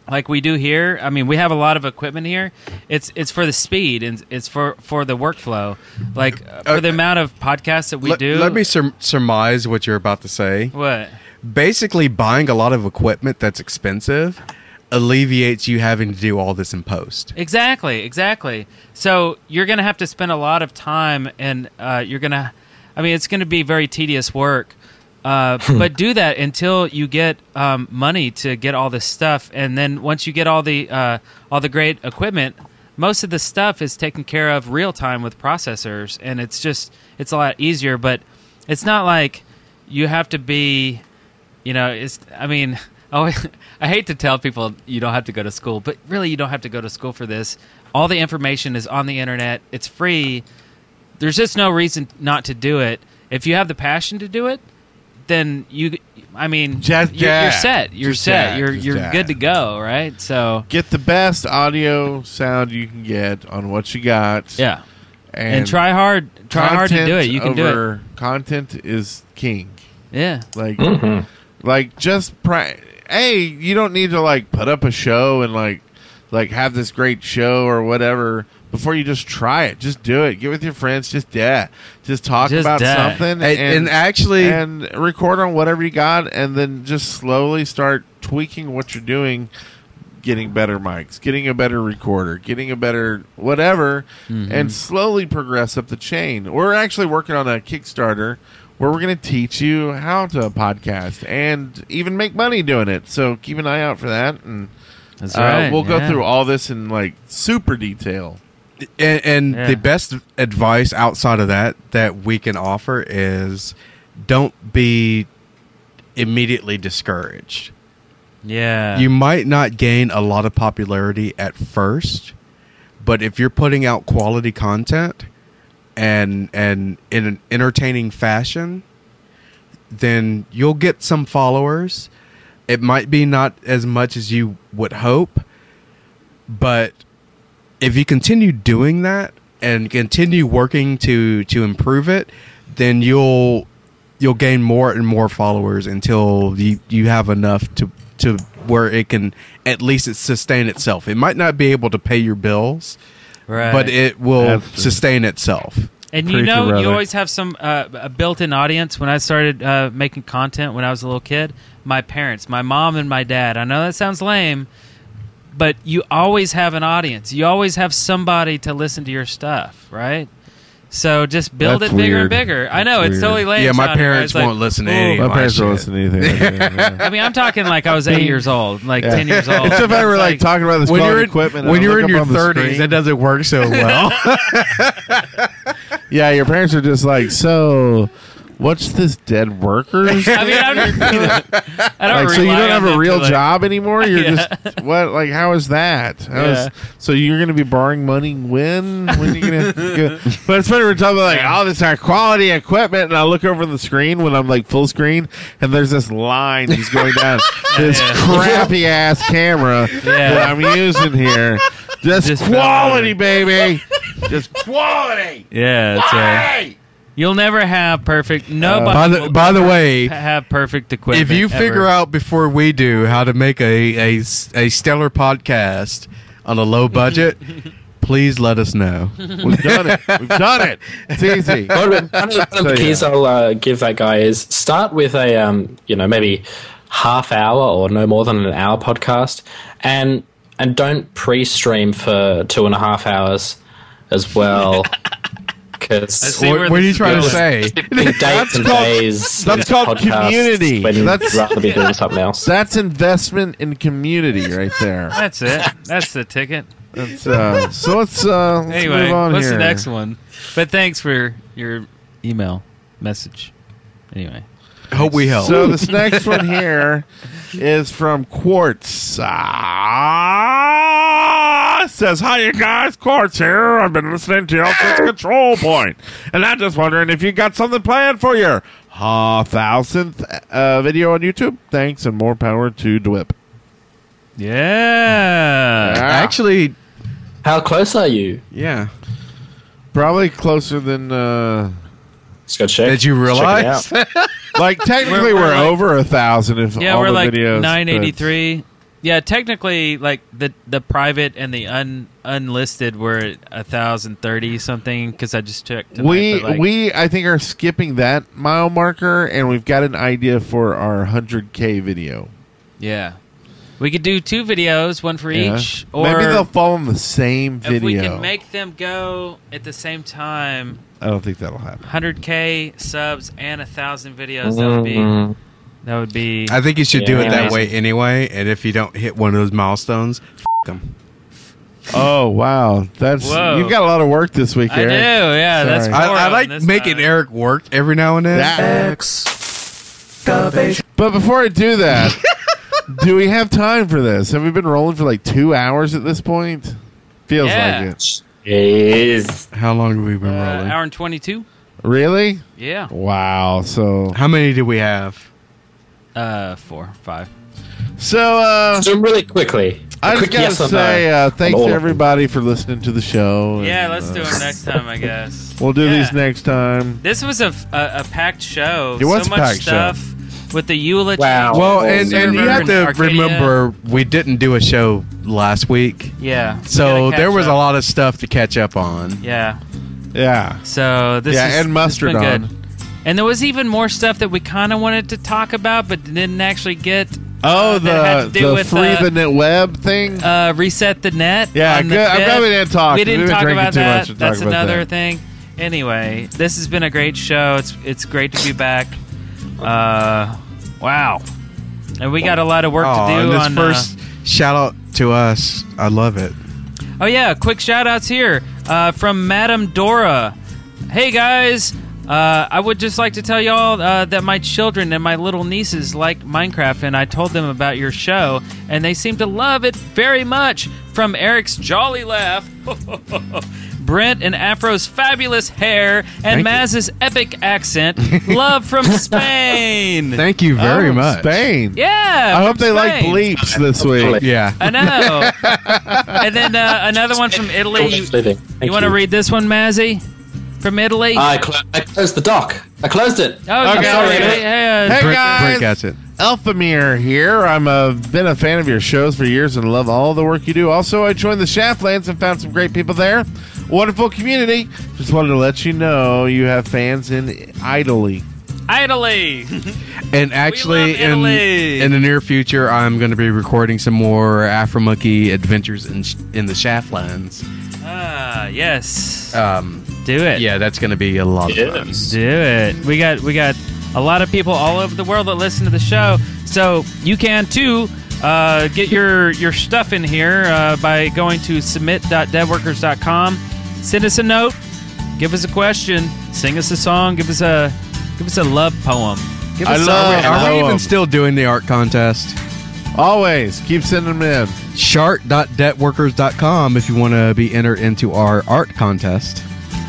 like we do here, I mean, we have a lot of equipment here. It's it's for the speed and it's for for the workflow, like uh, for the amount of podcasts that we let, do. let me sur- surmise what you're about to say. what? Basically, buying a lot of equipment that's expensive alleviates you having to do all this in post. Exactly, exactly. So you're going to have to spend a lot of time, and uh, you're going to, I mean, it's going to be very tedious work. Uh, but do that until you get um, money to get all this stuff, and then once you get all the uh, all the great equipment, most of the stuff is taken care of real time with processors, and it's just it's a lot easier. But it's not like you have to be you know it's i mean I always, i hate to tell people you don't have to go to school but really you don't have to go to school for this all the information is on the internet it's free there's just no reason not to do it if you have the passion to do it then you i mean Just you're, you're that. set you're Just set that. you're Just you're that. good to go right so Get the best audio sound you can get on what you got. yeah and, try hard try hard to do it content you can do it over- Content is king. yeah Like, like just pra- hey, you don't need to like put up a show and like like have this great show or whatever before you just try it. Just do it. Get with your friends. Just yeah, just talk Just about da. something And, and actually, and record on whatever you got, and then just slowly start tweaking what you're doing, getting better mics, getting a better recorder, getting a better whatever, Mm-hmm. and slowly progress up the chain. We're actually working on a Kickstarter where we're going to teach you how to podcast and even make money doing it. So keep an eye out for that, and that's uh, right we'll go yeah. through all this in like super detail. and, and Yeah. the best advice outside of that that we can offer is don't be immediately discouraged. yeah You might not gain a lot of popularity at first, but if you're putting out quality content and and in an entertaining fashion, then you'll get some followers. It might be not as much as you would hope, but if you continue doing that and continue working to to improve it, then you'll you'll gain more and more followers until you, you have enough to to where it can at least it sustain itself. It might not be able to pay your bills, right. but it will Absolutely. sustain itself. And you Preacher, know, you brother. always have some uh, a built-in audience. When I started uh, making content when I was a little kid, my parents, my mom and my dad. I know that sounds lame, but you always have an audience. You always have somebody to listen to your stuff, right? So just build That's it bigger weird. and bigger. I know it's weird. totally lame. Yeah, my sounding, but parents it's like, won't listen to "Ooh." any- My My parents parents don't don't listen to anything. I mean, I'm talking like I was eight years old, like ten years old. Except I were like talking about this When quality you're in, equipment. when I look you're in up your on the 30s, screen. that doesn't work so well. Yeah, your parents are just like, so what's this dead workers? I mean, I'm, I don't like, so you rely don't on have a them real to, like- job anymore. You're Yeah. just what? Like, how is that? How is- Yeah. so you're going to be borrowing money when? When are you going to? But it's funny we're talking about like all this high quality equipment, and I look over the screen when I'm like full screen, and there's this line that's going down this Yeah. crappy ass camera that I'm using here. Just, Just quality, baby. Just quality. Yeah, that's uh, right. Hey. You'll never have perfect. Uh, Nobody. by the will by the way, have perfect equipment. if you figure ever. out before we do how to make a, a, s- a stellar podcast on a low budget, please let us know. We've done it. We've done it. It's easy. one of, one of the So, keys yeah. I'll uh, give that guy is start with a um, you know maybe half hour or no more than an hour podcast, and and don't pre-stream for two and a half hours as well. Because See where what, what are you this is trying to going. say? dates and called- days. that's of called podcasts community. When That's- you'd rather be doing something else. That's investment in community right there. That's it. That's the ticket. That's, uh, so let's, uh, let's Anyway, move on what's here. the next one? But thanks for your email message. Anyway, Hope we help. So this next one here is from Quartz. Ah, says, "Hi, you guys, Quartz here. I've been listening to y'all since Control Point, and I'm just wondering if you got something planned for your uh, thousandth uh, video on YouTube. Thanks, and more power to Dwip." yeah. Ah. Actually, How close are you? yeah. Probably closer than uh Let's go check. Did you Let's check it realize? out. like technically We're- we're, we're like- over a thousand if Yeah, all we're the like videos, but- 983. Yeah, technically, like the the private and the un unlisted were at a thousand thirty something because I just checked. tonight, we but, like, we I think are skipping that mile marker and we've got an idea for our 100k video. yeah, we could do two videos, one for Yeah. each, or maybe they'll fall on the same if video. we can make them go at the same time, I don't think that'll happen. hundred k subs and a thousand videos. That would be Mm, that would be I think you should do Yeah, it that way amazing. anyway. And if you don't hit one of those milestones, f- them. Oh wow, that's Whoa. you've got a lot of work this week, I do. Eric. Yeah, that's Sorry. four I, I of like them this making time. Eric work every now and then. That- but before I do that, do we have time for this? Have we been rolling for like two hours at this point? Feels Yeah. like it. Yes. How long have we been Uh, rolling? hour and twenty two. Really? Yeah, Wow. So How many do we have? uh, four, five. so uh, So really quickly. I A just quick gotta yes or no say uh, thanks on to all of them. everybody for listening to the show. and, Yeah, let's uh, do it next time, I guess. We'll do Yeah. these next time. This was a, a, a packed show. It was so a much packed show. stuff with the eulogy. Wow. Well, Oh, and, and you Server have and to Arcadia. remember we didn't do a show last week, Yeah. we so gotta catch there was up. a lot of stuff to catch up on. Yeah. Yeah. So this Yeah, is, and mustard it's been on. good. And there was even more stuff that we kind of wanted to talk about, but didn't actually get. Oh, Uh, that had to the do the with, free uh, the net web thing. Uh, reset the net. Yeah, on the good. I'm glad fifth. we didn't talk. We We've didn't been talk drinking about too much that. to talk That's about another that. thing. Anyway, this has been a great show. It's it's great to be back. Uh, wow. And we got a lot of work Aw, to and do this on uh, first shout out to us. I love it. Oh yeah, quick shout outs here uh, from Madam Dora. Hey guys, uh, I would just like to tell y'all uh, that my children and my little nieces like Minecraft, and I told them about your show, and they seem to love it very much. From Eric's jolly laugh, Brent and Afro's fabulous hair, and Thank you. Maz's epic accent, love from Spain. Thank you very Oh, much. Spain. yeah, I from hope they like Spain. bleeps this week. Yeah. I know. and then uh, another one from Italy. You- Living. you Thank want to read this one, Mazzy? From Italy? I, clo- I closed the dock. I closed it. oh, okay, sorry. okay. Hey, hey, uh, Hey Brent, guys, Brent gets it. Alphamir here. I'm a been a fan of your shows for years and love all the work you do. Also, I joined the Shaftlands and found some great people there. Wonderful community. Just wanted to let you know you have fans in Italy. Italy. And actually, love in Italy. in the near future, I'm going to be recording some more Afro Monkey adventures in sh- in the Shaftlands. Ah, yes. Um, Do it. yeah, that's going to be a lot of fun. Do it. We got we got a lot of people all over the world that listen to the show, so you can too. Uh, get your your stuff in here uh, by going to submit.devworkers.com. Send us a note. Give us a question. Sing us a song. Give us a give us a love poem. Give I us love- a, Are we Hello. even still doing the art contest? Always keep sending them in. Shart.debtworkers.com if you want to be entered into our art contest.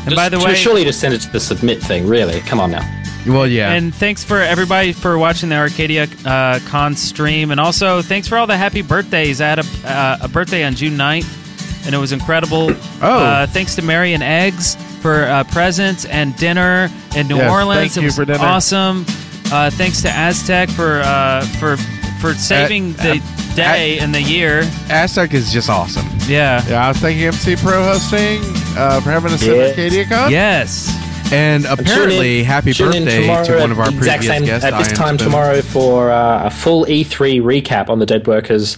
and by the Just- way, surely just send it to the submit thing. Really, come on now. Well, yeah. And thanks for everybody for watching the Arcadia uh, Con stream. And also, thanks for all the happy birthdays. I had a, uh, a birthday on June 9th, and it was incredible. Oh. Uh, thanks to Mary and Eggs for uh, presents and dinner in New Yes, Orleans. thank it you was for dinner. awesome. Uh, thanks to Aztec for uh, for for saving Uh, the day and the year. Aztec is just awesome. Yeah. Yeah, I was thanking MC Pro hosting uh, for having us in Yes. Arcadia Con. Yes. And apparently, Tune in- happy tune in birthday tomorrow to at one of our the exact previous same, guests. At this Ian time Spoon. tomorrow for uh, a full E3 recap on the Dead Workers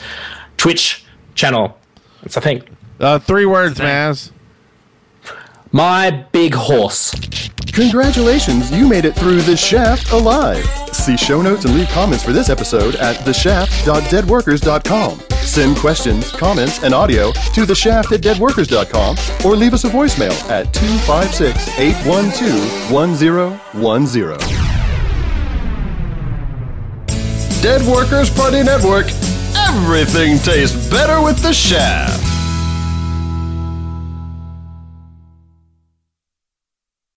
Twitch channel. That's I think Uh, three words, Maz. my big horse. Congratulations, you made it through The Shaft alive. See show notes and leave comments for this episode at theshaft.deadworkers.com. Send questions, comments, and audio to theshaft at deadworkers.com or leave us a voicemail at 256 812 1010. Dead Workers Party Network. Everything tastes better with The Shaft.